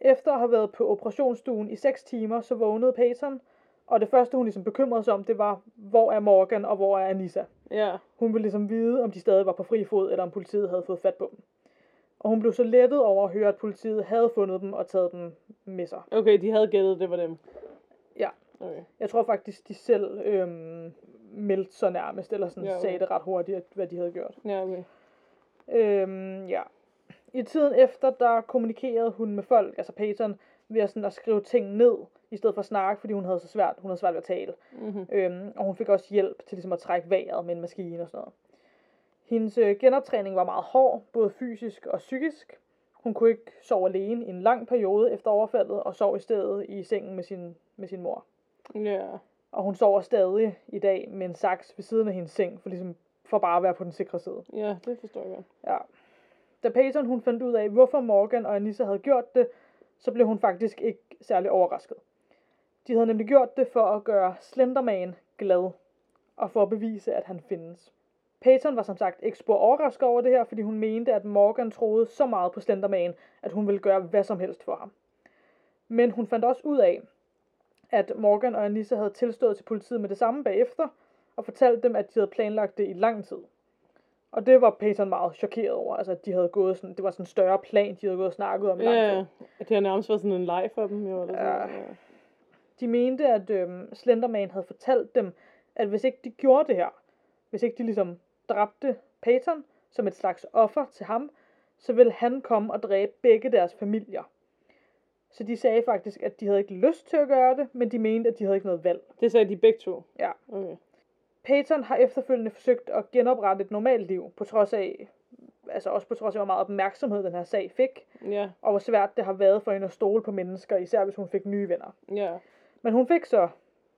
[SPEAKER 2] Efter at have været på operationsstuen i 6 timer, så vågnede Peyton, og det første, hun ligesom bekymrede sig om, det var, hvor er Morgan og hvor er Anissa?
[SPEAKER 1] Ja.
[SPEAKER 2] Hun ville ligesom vide, om de stadig var på fri fod, eller om politiet havde fået fat på dem. Og hun blev så lettet over at høre, at politiet havde fundet dem og taget dem med sig.
[SPEAKER 1] Okay, de havde gættet, det var dem.
[SPEAKER 2] Ja.
[SPEAKER 1] Okay.
[SPEAKER 2] Jeg tror faktisk, de selv øhm, meldte sig nærmest, eller sådan
[SPEAKER 1] Ja,
[SPEAKER 2] ja,
[SPEAKER 1] okay.
[SPEAKER 2] sagde det ret hurtigt, at- hvad de havde gjort.
[SPEAKER 1] Ja, okay.
[SPEAKER 2] Øhm, ja. I tiden efter, der kommunikerede hun med folk, altså Peyton, ved sådan at skrive ting ned, i stedet for at snakke, fordi hun havde så svært, hun havde svært ved at tale.
[SPEAKER 1] Mm-hmm.
[SPEAKER 2] Øhm, og hun fik også hjælp til ligesom at trække vejret med en maskine og sådan noget. Hendes øh, genoptræning var meget hård, både fysisk og psykisk. Hun kunne ikke sove alene i en lang periode efter overfaldet, og sov i stedet i sengen med sin, med sin mor.
[SPEAKER 1] Ja.
[SPEAKER 2] Og hun sover stadig i dag med en saks ved siden af hendes seng, for ligesom for bare at være på den sikre side.
[SPEAKER 1] ja, det forstår jeg godt.
[SPEAKER 2] Ja. Da Peyton hun fandt ud af, hvorfor Morgan og Anissa havde gjort det, så blev hun faktisk ikke særlig overrasket. De havde nemlig gjort det for at gøre Slenderman glad, og for at bevise, at han findes. Peyton var som sagt ikke spor overrasket over det her, fordi hun mente, at Morgan troede så meget på Slenderman, at hun ville gøre hvad som helst for ham. Men hun fandt også ud af, at Morgan og Anissa havde tilstået til politiet med det samme bagefter, og fortalt dem, at de havde planlagt det i lang tid. Og det var Peyton meget chokeret over, altså at de havde gået sådan, det var sådan en større plan, de havde gået og snakket om i lang tid.
[SPEAKER 1] Ja, det har nærmest været sådan en leg for dem, jo. Eller sådan.
[SPEAKER 2] Ja.
[SPEAKER 1] noget, Ja.
[SPEAKER 2] De mente, at øhm, Slenderman havde fortalt dem, at hvis ikke de gjorde det her, hvis ikke de ligesom dræbte Peyton som et slags offer til ham, så ville han komme og dræbe begge deres familier. Så de sagde faktisk, at de havde ikke lyst til at gøre det, men de mente, at de havde ikke noget valg.
[SPEAKER 1] Det sagde de begge to.
[SPEAKER 2] Ja.
[SPEAKER 1] Okay.
[SPEAKER 2] Peyton har efterfølgende forsøgt at genoprette et normalt liv, på trods af, altså også på trods af, hvor meget opmærksomhed den her sag fik,
[SPEAKER 1] Ja,
[SPEAKER 2] og hvor svært det har været for hende at stole på mennesker, især hvis hun fik nye venner.
[SPEAKER 1] ja.
[SPEAKER 2] Men hun fik så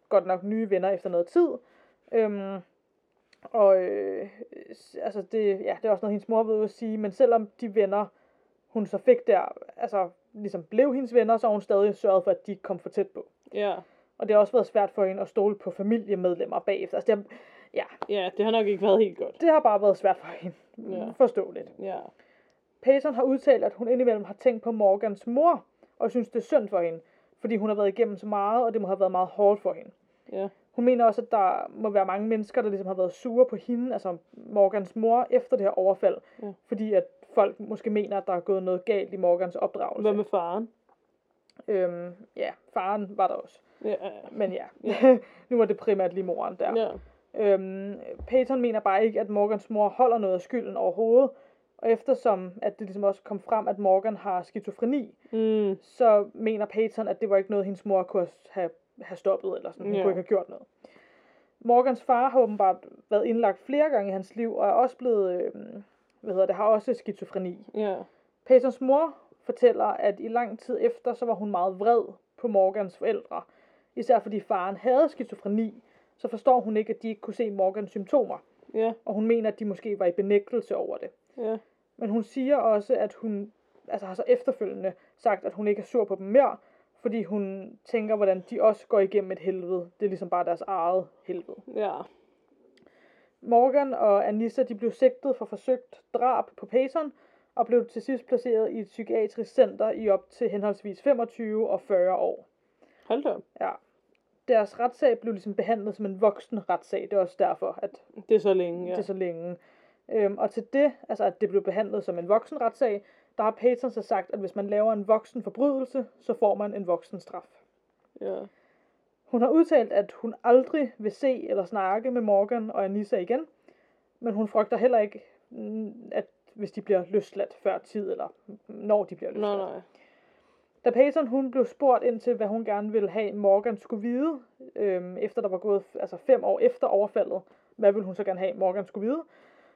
[SPEAKER 2] godt nok nye venner efter noget tid. Øhm, og øh, s- altså det, ja, det er også noget, hendes mor ved at sige, men selvom de venner, hun så fik der, altså ligesom blev hendes venner, så har hun stadig sørget for, at de ikke kom for tæt på.
[SPEAKER 1] Ja.
[SPEAKER 2] Og det har også været svært for hende at stole på familiemedlemmer bagefter. Altså det har, ja,
[SPEAKER 1] Ja, det har nok ikke været helt godt.
[SPEAKER 2] det har bare været svært for hende.
[SPEAKER 1] Ja.
[SPEAKER 2] Forståeligt.
[SPEAKER 1] Ja.
[SPEAKER 2] Payton har udtalt, at hun indimellem har tænkt på Morgans mor, og synes, det er synd for hende, fordi hun har været igennem så meget, og det må have været meget hårdt for hende.
[SPEAKER 1] Ja.
[SPEAKER 2] Hun mener også, at der må være mange mennesker, der ligesom har været sure på hende, altså Morgans mor, efter det her overfald.
[SPEAKER 1] Ja.
[SPEAKER 2] Fordi at folk måske mener, at der er gået noget galt i Morgans opdragelse.
[SPEAKER 1] Hvad med faren?
[SPEAKER 2] Øhm, ja, faren var der også.
[SPEAKER 1] Ja.
[SPEAKER 2] Men ja, ja. nu var det primært lige moren der.
[SPEAKER 1] Ja.
[SPEAKER 2] Øhm, Peyton mener bare ikke, at Morgans mor holder noget af skylden overhovedet. Og eftersom at det ligesom også kom frem, at Morgan har skizofreni,
[SPEAKER 1] Mm.
[SPEAKER 2] så mener Peyton, at det var ikke noget, hendes mor kunne have, have stoppet, eller sådan. Hun
[SPEAKER 1] Ja.
[SPEAKER 2] kunne ikke have gjort noget. Morgans far har åbenbart været indlagt flere gange i hans liv, og er også blevet, øh, hvad hedder det, har også skizofreni.
[SPEAKER 1] Ja.
[SPEAKER 2] Peytons mor fortæller, at i lang tid efter, så var hun meget vred på Morgans forældre. Især fordi faren havde skizofreni, så forstår hun ikke, at de ikke kunne se Morgans symptomer.
[SPEAKER 1] Ja.
[SPEAKER 2] Og hun mener, at de måske var i benægtelse over det.
[SPEAKER 1] Ja.
[SPEAKER 2] Men hun siger også, at hun altså har så efterfølgende sagt, at hun ikke er sur på dem mere, fordi hun tænker, hvordan de også går igennem et helvede. Det er ligesom bare deres eget helvede.
[SPEAKER 1] Ja.
[SPEAKER 2] Morgan og Anissa, de blev sigtet for forsøgt drab på Payson, og blev til sidst placeret i et psykiatrisk center i op til henholdsvis 25 og 40 år.
[SPEAKER 1] Hold da op.
[SPEAKER 2] Ja. Deres retssag blev ligesom behandlet som en voksen retssag. Det er også derfor, at
[SPEAKER 1] Det er så længe,
[SPEAKER 2] ja.
[SPEAKER 1] ja.
[SPEAKER 2] til så længe. Øhm, og til det, altså at det blev behandlet som en voksenretssag, der har Payton så sagt, at hvis man laver en voksen forbrydelse, så får man en voksen straf.
[SPEAKER 1] Ja.
[SPEAKER 2] Hun har udtalt, at hun aldrig vil se eller snakke med Morgan og Anissa igen, men hun frygter heller ikke, mm, at hvis de bliver løsladt før tid, eller når de bliver
[SPEAKER 1] Nej,
[SPEAKER 2] løsladt.
[SPEAKER 1] nej.
[SPEAKER 2] Da Payton hun blev spurgt ind til, hvad hun gerne ville have Morgan skulle vide, øhm, efter der var gået altså fem år efter overfaldet, hvad ville hun så gerne have Morgan skulle vide,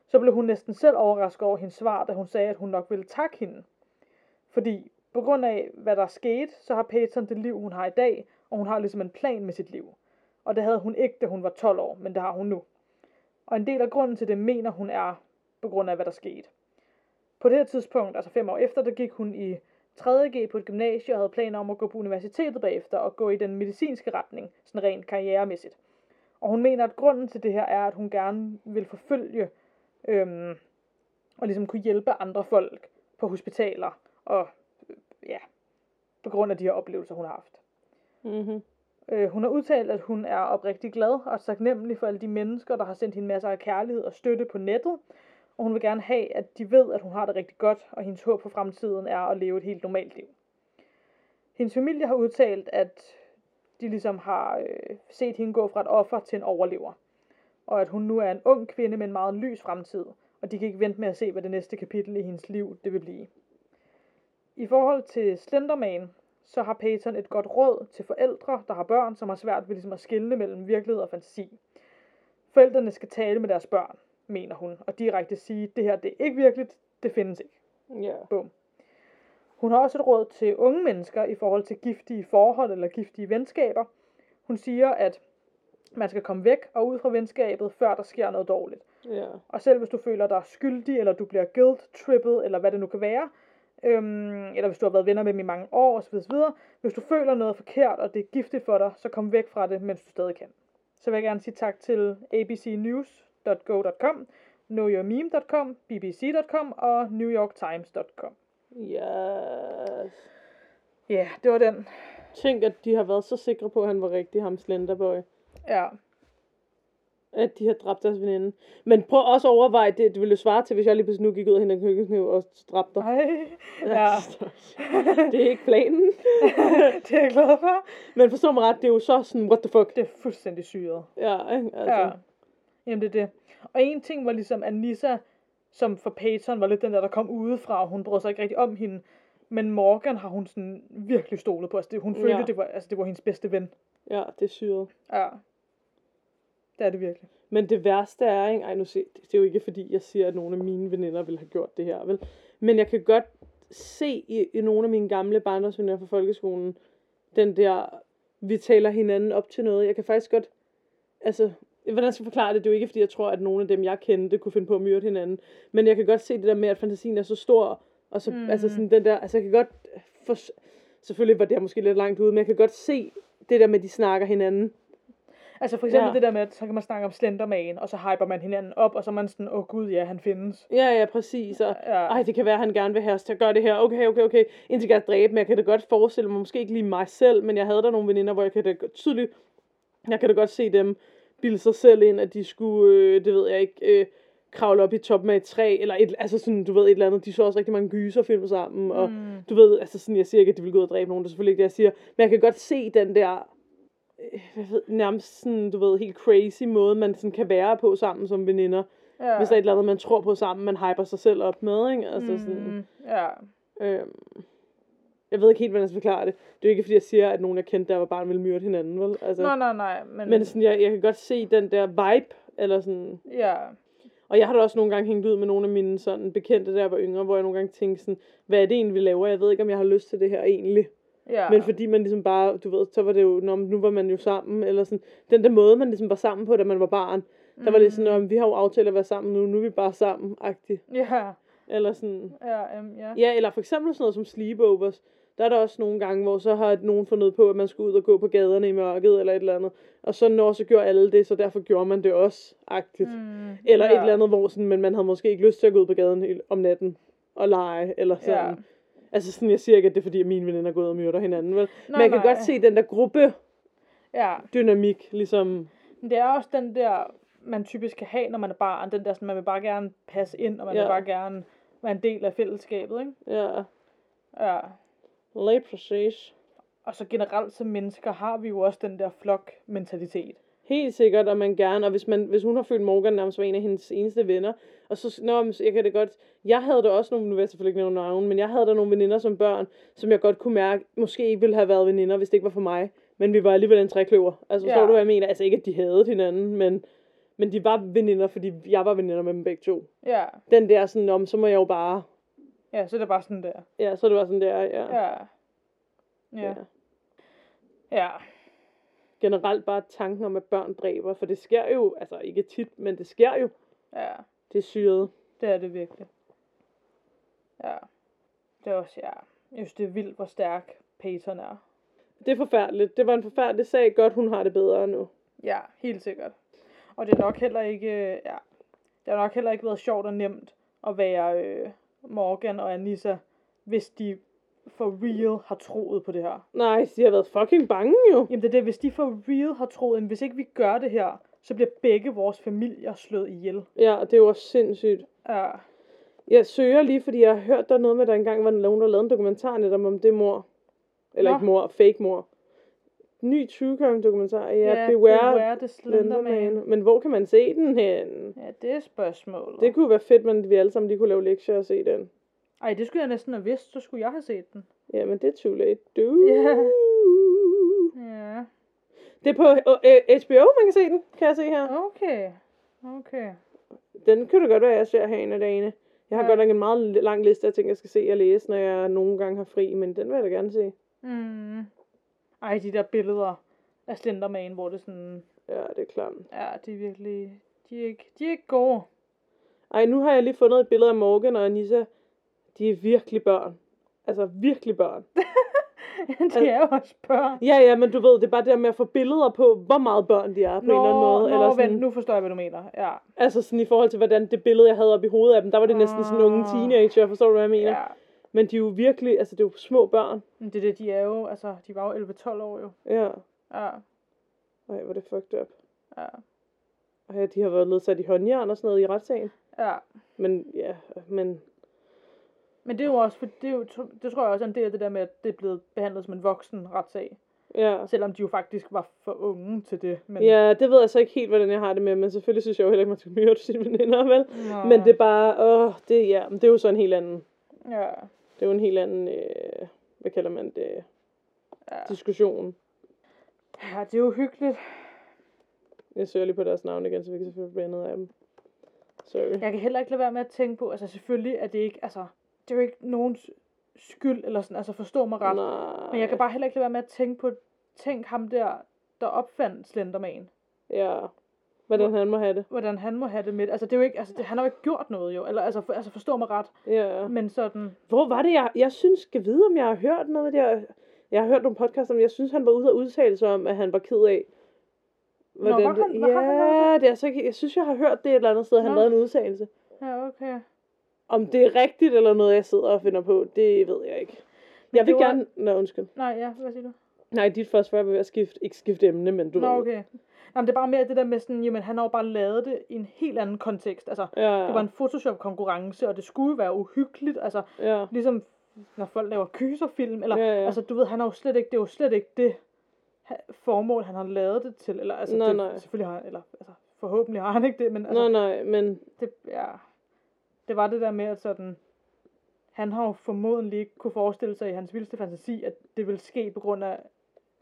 [SPEAKER 2] så blev hun næsten selv overrasket over hendes svar, da hun sagde, at hun nok ville takke hende. Fordi på grund af, hvad der skete, så har Payton det liv, hun har i dag, og hun har ligesom en plan med sit liv. Og det havde hun ikke, da hun var 12 år, men det har hun nu. Og en del af grunden til det, mener hun er på grund af, hvad der skete. På det her tidspunkt, altså fem år efter, der gik hun i 3.G på et gymnasie og havde planer om at gå på universitetet bagefter og gå i den medicinske retning, sådan rent karrieremæssigt. Og hun mener, at grunden til det her er, at hun gerne vil forfølge øhm, og ligesom kunne hjælpe andre folk på hospitaler og øh, ja, på grund af de her oplevelser, hun har haft.
[SPEAKER 1] Mm-hmm.
[SPEAKER 2] Øh, hun har udtalt, at hun er oprigtig glad og taknemmelig for alle de mennesker, der har sendt hende masser af kærlighed og støtte på nettet. Og hun vil gerne have, at de ved, at hun har det rigtig godt, og hendes håb for fremtiden er at leve et helt normalt liv. Hendes familie har udtalt, at de ligesom har øh, set hende gå fra et offer til en overlever. Og at hun nu er en ung kvinde med en meget lys fremtid, og de kan ikke vente med at se, hvad det næste kapitel i hendes liv det vil blive. I forhold til Slenderman, så har Peyton et godt råd til forældre, der har børn, som har svært ved ligesom at skelne mellem virkelighed og fantasi. Forældrene skal tale med deres børn, mener hun, og direkte sige, det her det er ikke virkeligt, det findes ikke.
[SPEAKER 1] Ja.
[SPEAKER 2] Hun har også et råd til unge mennesker i forhold til giftige forhold eller giftige venskaber. Hun siger, at man skal komme væk og ud fra venskabet, før der sker noget dårligt.
[SPEAKER 1] Ja.
[SPEAKER 2] Og selv hvis du føler dig skyldig, eller du bliver guilt-trippet, eller hvad det nu kan være, øhm, eller hvis du har været venner med dem i mange år osv., osv., hvis du føler noget er forkert, og det er giftigt for dig, så kom væk fra det, mens du stadig kan. Så vil jeg gerne sige tak til abcnews.go.com, knowyourmeme.com, bbc.com og newyorktimes.com.
[SPEAKER 1] Yes.
[SPEAKER 2] Ja, yeah, det var den.
[SPEAKER 1] Tænk, at de har været så sikre på, at han var rigtig ham Slenderboy.
[SPEAKER 2] Ja.
[SPEAKER 1] At de har dræbt deres veninde. Men prøv også at overveje, det, det ville jo svare til, hvis jeg lige pludselig nu gik ud og hentede en køkkenkniv og dræbte dig.
[SPEAKER 2] Nej. Ja.
[SPEAKER 1] det er ikke planen.
[SPEAKER 2] det er jeg glad for.
[SPEAKER 1] Men forstå mig ret, det er jo så sådan, what the fuck.
[SPEAKER 2] Det er fuldstændig syret.
[SPEAKER 1] Ja, ikke? altså.
[SPEAKER 2] Ja. Jamen, det er det. Og en ting var ligesom Anissa, som for Peyton var lidt den der, der kom udefra, og hun brød sig ikke rigtig om hende. Men Morgan har hun sådan virkelig stolet på. Altså, det, hun følte,
[SPEAKER 1] Ja.
[SPEAKER 2] det, var, altså, det var hendes bedste ven.
[SPEAKER 1] Ja, det er syret.
[SPEAKER 2] Ja. Det er det virkelig.
[SPEAKER 1] Men det værste er, ikke? Ej, nu se, det er jo ikke fordi, jeg siger, at nogle af mine veninder ville have gjort det her, vel? Men jeg kan godt se i, i nogle af mine gamle barndomsveninder fra folkeskolen, den der, vi taler hinanden op til noget. Jeg kan faktisk godt, altså, hvordan skal jeg forklare det? Det er jo ikke fordi, jeg tror, at nogle af dem, jeg kendte, kunne finde på at myrde hinanden. Men jeg kan godt se det der med, at fantasien er så stor, og så, mm.
[SPEAKER 2] Mm.
[SPEAKER 1] altså sådan den der, altså jeg kan godt, for, selvfølgelig var det her måske lidt langt ude, men jeg kan godt se det der med, at de snakker hinanden.
[SPEAKER 2] Altså for eksempel
[SPEAKER 1] Ja.
[SPEAKER 2] ja. det der med, at så kan man snakke om Slenderman, og så hyper man hinanden op, og så er man sådan, åh oh, gud, ja, han findes.
[SPEAKER 1] Ja, ja, præcis. Og,
[SPEAKER 2] Ja.
[SPEAKER 1] ej, det kan være, at han gerne vil have os til at gøre det her. Okay, okay, okay. Indtil jeg kan dræbe, men jeg kan da godt forestille mig, måske ikke lige mig selv, men jeg havde der nogle veninder, hvor jeg kan da godt- tydeligt, jeg kan da godt se dem bilde sig selv ind, at de skulle, øh, det ved jeg ikke, øh, kravle op i toppen af et træ, eller et, altså sådan, du ved, et eller andet. De så også rigtig mange gyserfilm sammen, og
[SPEAKER 2] Mm.
[SPEAKER 1] du ved, altså sådan, jeg siger ikke, at de vil gå ud og dræbe nogen, det er selvfølgelig ikke det, jeg siger, men jeg kan godt se den der, øh, hvad ved, nærmest sådan, du ved, helt crazy måde, man sådan kan være på sammen som veninder
[SPEAKER 2] Ja.
[SPEAKER 1] hvis der er et eller andet, man tror på sammen, man hyper sig selv op med, ikke? Altså sådan,
[SPEAKER 2] Mm, ja.
[SPEAKER 1] øhm, jeg ved ikke helt, hvordan jeg skal forklare det. Det er jo ikke, fordi jeg siger, at nogen, jeg kendte, der var barn, ville myrde hinanden, vel? Altså,
[SPEAKER 2] Nå, nej, nej. Men,
[SPEAKER 1] men sådan, jeg, jeg kan godt se den der vibe, eller sådan.
[SPEAKER 2] ja.
[SPEAKER 1] Og jeg har da også nogle gange hængt ud med nogle af mine sådan bekendte, der var yngre, hvor jeg nogle gange tænkte sådan, hvad er det egentlig, vi laver? Jeg ved ikke, om jeg har lyst til det her egentlig.
[SPEAKER 2] Ja.
[SPEAKER 1] Men fordi man ligesom bare, du ved, så var det jo, nå, men nu var man jo sammen, eller sådan. Den der måde, man ligesom var sammen på, da man var barn, der var det
[SPEAKER 2] Mm.
[SPEAKER 1] sådan, om vi har jo aftalt at være sammen nu, nu er vi bare sammen, agtigt.
[SPEAKER 2] Ja,
[SPEAKER 1] Eller sådan.
[SPEAKER 2] ja, um, ja.
[SPEAKER 1] Ja, eller for eksempel sådan noget som sleepovers. Der er der også nogle gange, hvor så har nogen fundet på, at man skulle ud og gå på gaderne i mørket eller et eller andet. Og så når så gjorde alle det, så derfor gjorde man det også, agtigt. Mm.
[SPEAKER 2] Mm,
[SPEAKER 1] Eller
[SPEAKER 2] ja.
[SPEAKER 1] et eller andet, hvor sådan, men man havde måske ikke lyst til at gå ud på gaden i- om natten og lege, eller sådan.
[SPEAKER 2] Ja.
[SPEAKER 1] Ja. Altså sådan, jeg siger ikke, at det er fordi, at mine veninder er gået og myrder hinanden, vel?
[SPEAKER 2] Nej,
[SPEAKER 1] men jeg kan
[SPEAKER 2] nej.
[SPEAKER 1] godt se den der gruppedynamik,
[SPEAKER 2] Ja,
[SPEAKER 1] ligesom,
[SPEAKER 2] men det er også den der, man typisk kan have, når man er barn. Den der, sådan, man vil bare gerne passe ind, og man
[SPEAKER 1] Ja.
[SPEAKER 2] vil bare gerne være en del af fællesskabet, ikke?
[SPEAKER 1] ja,
[SPEAKER 2] Ja.
[SPEAKER 1] lige præcis.
[SPEAKER 2] Og så generelt som mennesker har vi jo også den der flokmentalitet.
[SPEAKER 1] Helt sikkert, og man gerne, og hvis, man, hvis hun har følt Morgan nærmest var en af hendes eneste venner, og så, nå, men så- jeg kan det godt, jeg havde da også nogle, nu vil jeg selvfølgelig ikke nævne navn, men jeg havde da nogle veninder som børn, som jeg godt kunne mærke, måske ikke ville have været veninder, hvis det ikke var for mig, men vi var alligevel en trækløver. Altså, forstår
[SPEAKER 2] Ja.
[SPEAKER 1] du, hvad jeg mener? Altså, ikke at de havde hinanden, men, men de var veninder, fordi jeg var veninder med dem begge to.
[SPEAKER 2] Ja.
[SPEAKER 1] Den der sådan, om, så må jeg jo bare,
[SPEAKER 2] Ja, så er det bare sådan der.
[SPEAKER 1] ja, så er det var sådan der, ja.
[SPEAKER 2] Ja. Ja. Ja.
[SPEAKER 1] Generelt bare tanken om, at børn dræber, for det sker jo, altså ikke tit, men det sker jo,
[SPEAKER 2] Ja.
[SPEAKER 1] det er syret.
[SPEAKER 2] Det er det virkelig. Ja. Det er også, ja. Jeg synes, det er vildt, hvor stærk Peyton er.
[SPEAKER 1] Det er forfærdeligt. Det var en forfærdelig sag. Godt, hun har det bedre nu.
[SPEAKER 2] Ja, helt sikkert. Og det er nok heller ikke, øh, ja, det har nok heller ikke været sjovt og nemt at være øh, Morgan og Anissa, hvis de for real har troet på det her.
[SPEAKER 1] Nej, de har været fucking bange jo.
[SPEAKER 2] Jamen det er det, hvis de for real har troet, at hvis ikke vi gør det her, så bliver begge vores familier slået ihjel.
[SPEAKER 1] Ja, og det er jo også sindssygt.
[SPEAKER 2] Ja.
[SPEAKER 1] Jeg søger lige, fordi jeg har hørt der er noget med, at der engang var nogen, der lavede en dokumentar netop om det mor. Eller
[SPEAKER 2] Nå.
[SPEAKER 1] ikke mor, fake mor. Ny true crime dokumentar, ja, yeah, Beware, beware
[SPEAKER 2] beware the Slenderman.
[SPEAKER 1] Slenderman. Men hvor kan man se den hen?
[SPEAKER 2] Ja, det er spørgsmålet.
[SPEAKER 1] Det kunne være fedt, men vi alle sammen lige kunne lave lektier og se den.
[SPEAKER 2] Ej, det skulle jeg næsten have vidst, så skulle jeg have set den.
[SPEAKER 1] Ja, men det er too late. Du.
[SPEAKER 2] Ja. Ja,
[SPEAKER 1] Det er på øh, HBO, man kan se den, kan jeg se her.
[SPEAKER 2] okay. Okay.
[SPEAKER 1] Den kan det godt være, jeg ser her en af dagene. Jeg har
[SPEAKER 2] Ja.
[SPEAKER 1] godt nok en meget l- lang liste af ting, jeg skal se og læse, når jeg nogle gange har fri, men den vil jeg da gerne se.
[SPEAKER 2] Mm. Ej, de der billeder af Slenderman, hvor det sådan...
[SPEAKER 1] Ja, det er klamt.
[SPEAKER 2] Ja, det er virkelig... De er ikke, de er ikke gode.
[SPEAKER 1] Ej, nu har jeg lige fundet et billede af Morgan og Anissa. De er virkelig børn. Altså, virkelig børn.
[SPEAKER 2] de er jo også børn.
[SPEAKER 1] Ja, ja, men du ved, det er bare det der med at få billeder på, hvor meget børn de er på en eller anden måde.
[SPEAKER 2] nå,
[SPEAKER 1] eller sådan,
[SPEAKER 2] vent, nu forstår jeg, hvad du mener. Ja,
[SPEAKER 1] Altså sådan i forhold til, hvordan det billede, jeg havde oppe i hovedet af dem, der var det næsten sådan unge
[SPEAKER 2] Ah.
[SPEAKER 1] teenager, forstår du, hvad jeg mener?
[SPEAKER 2] ja.
[SPEAKER 1] Men de er jo virkelig, altså det er jo små børn.
[SPEAKER 2] Men det er det, de er jo, altså, de var jo 11-12 år jo.
[SPEAKER 1] Ja.
[SPEAKER 2] Ja,
[SPEAKER 1] Ej, hvor er det fucked up.
[SPEAKER 2] ja,
[SPEAKER 1] Ej, de har været ledsat i håndjern og sådan noget i retssagen.
[SPEAKER 2] ja.
[SPEAKER 1] Men ja, men
[SPEAKER 2] Men det er jo også, for det, er jo, tro- det tror jeg også er en del af det der med, at det er blevet behandlet som en voksen retssag.
[SPEAKER 1] ja.
[SPEAKER 2] Selvom de jo faktisk var for unge til det. Men,
[SPEAKER 1] Ja, det ved jeg så ikke helt, hvordan jeg har det med, men selvfølgelig synes jeg jo heller ikke, man skal myrde sine veninder, vel?
[SPEAKER 2] Nå,
[SPEAKER 1] Men det er bare, åh, det, ja, men det er jo så en helt anden,
[SPEAKER 2] Ja,
[SPEAKER 1] det er jo en helt anden, øh, hvad kalder man det,
[SPEAKER 2] ja.
[SPEAKER 1] diskussion.
[SPEAKER 2] ja, det er jo hyggeligt.
[SPEAKER 1] Jeg søger lige på deres navn igen, så vi kan selvfølgelig blive andet af dem. Sorry.
[SPEAKER 2] Jeg kan heller ikke lade være med at tænke på, altså selvfølgelig er det ikke, altså, det er jo ikke nogens skyld, eller sådan, altså forstå mig ret.
[SPEAKER 1] Nej.
[SPEAKER 2] Men jeg kan bare heller ikke lade være med at tænke på, tænk ham der, der opfandt Slenderman.
[SPEAKER 1] Ja. Hvordan han må have det.
[SPEAKER 2] Hvordan han må have det med, altså det er jo ikke, altså det, han har jo ikke gjort noget jo, eller altså, for, altså forstå mig ret,
[SPEAKER 1] Ja.
[SPEAKER 2] men sådan,
[SPEAKER 1] Hvor var det, jeg, jeg synes, skal vide, om jeg har hørt noget af det her. Jeg har hørt nogle podcasts, men jeg synes, han var ude og udtale sig om, at han var ked af.
[SPEAKER 2] var han-
[SPEAKER 1] det,
[SPEAKER 2] var han- var
[SPEAKER 1] ja, det er så ikke, jeg synes, jeg har hørt det et eller andet sted, han
[SPEAKER 2] Nå.
[SPEAKER 1] lavede en udtalelse.
[SPEAKER 2] ja okay.
[SPEAKER 1] Om det er rigtigt eller noget, jeg sidder og finder på, det ved jeg ikke. Jeg vil
[SPEAKER 2] det var-
[SPEAKER 1] gerne... Nå, undskyld.
[SPEAKER 2] Nej, ja, hvad siger du?
[SPEAKER 1] Nej, dit første var ved at skifte, ikke skifte emne, men du
[SPEAKER 2] Nå,
[SPEAKER 1] ved.
[SPEAKER 2] okay. Jamen, det er bare mere det der med sådan, jamen, han har jo bare lavet det i en helt anden kontekst. Altså,
[SPEAKER 1] Ja,
[SPEAKER 2] det var en Photoshop-konkurrence, og det skulle jo være uhyggeligt. Altså,
[SPEAKER 1] ja,
[SPEAKER 2] ligesom når folk laver kyserfilm, eller,
[SPEAKER 1] Ja, ja.
[SPEAKER 2] altså, du ved, han har jo slet ikke, det er jo slet ikke det ha- formål, han har lavet det til, eller, altså,
[SPEAKER 1] Nej,
[SPEAKER 2] det,
[SPEAKER 1] nej.
[SPEAKER 2] selvfølgelig har han, eller, altså, forhåbentlig har han ikke det, men, altså,
[SPEAKER 1] Nå, nej, men
[SPEAKER 2] det, ja, det var det der med, at sådan, han har jo formodentlig ikke kunne forestille sig i hans vildeste fantasi, at det ville ske på grund af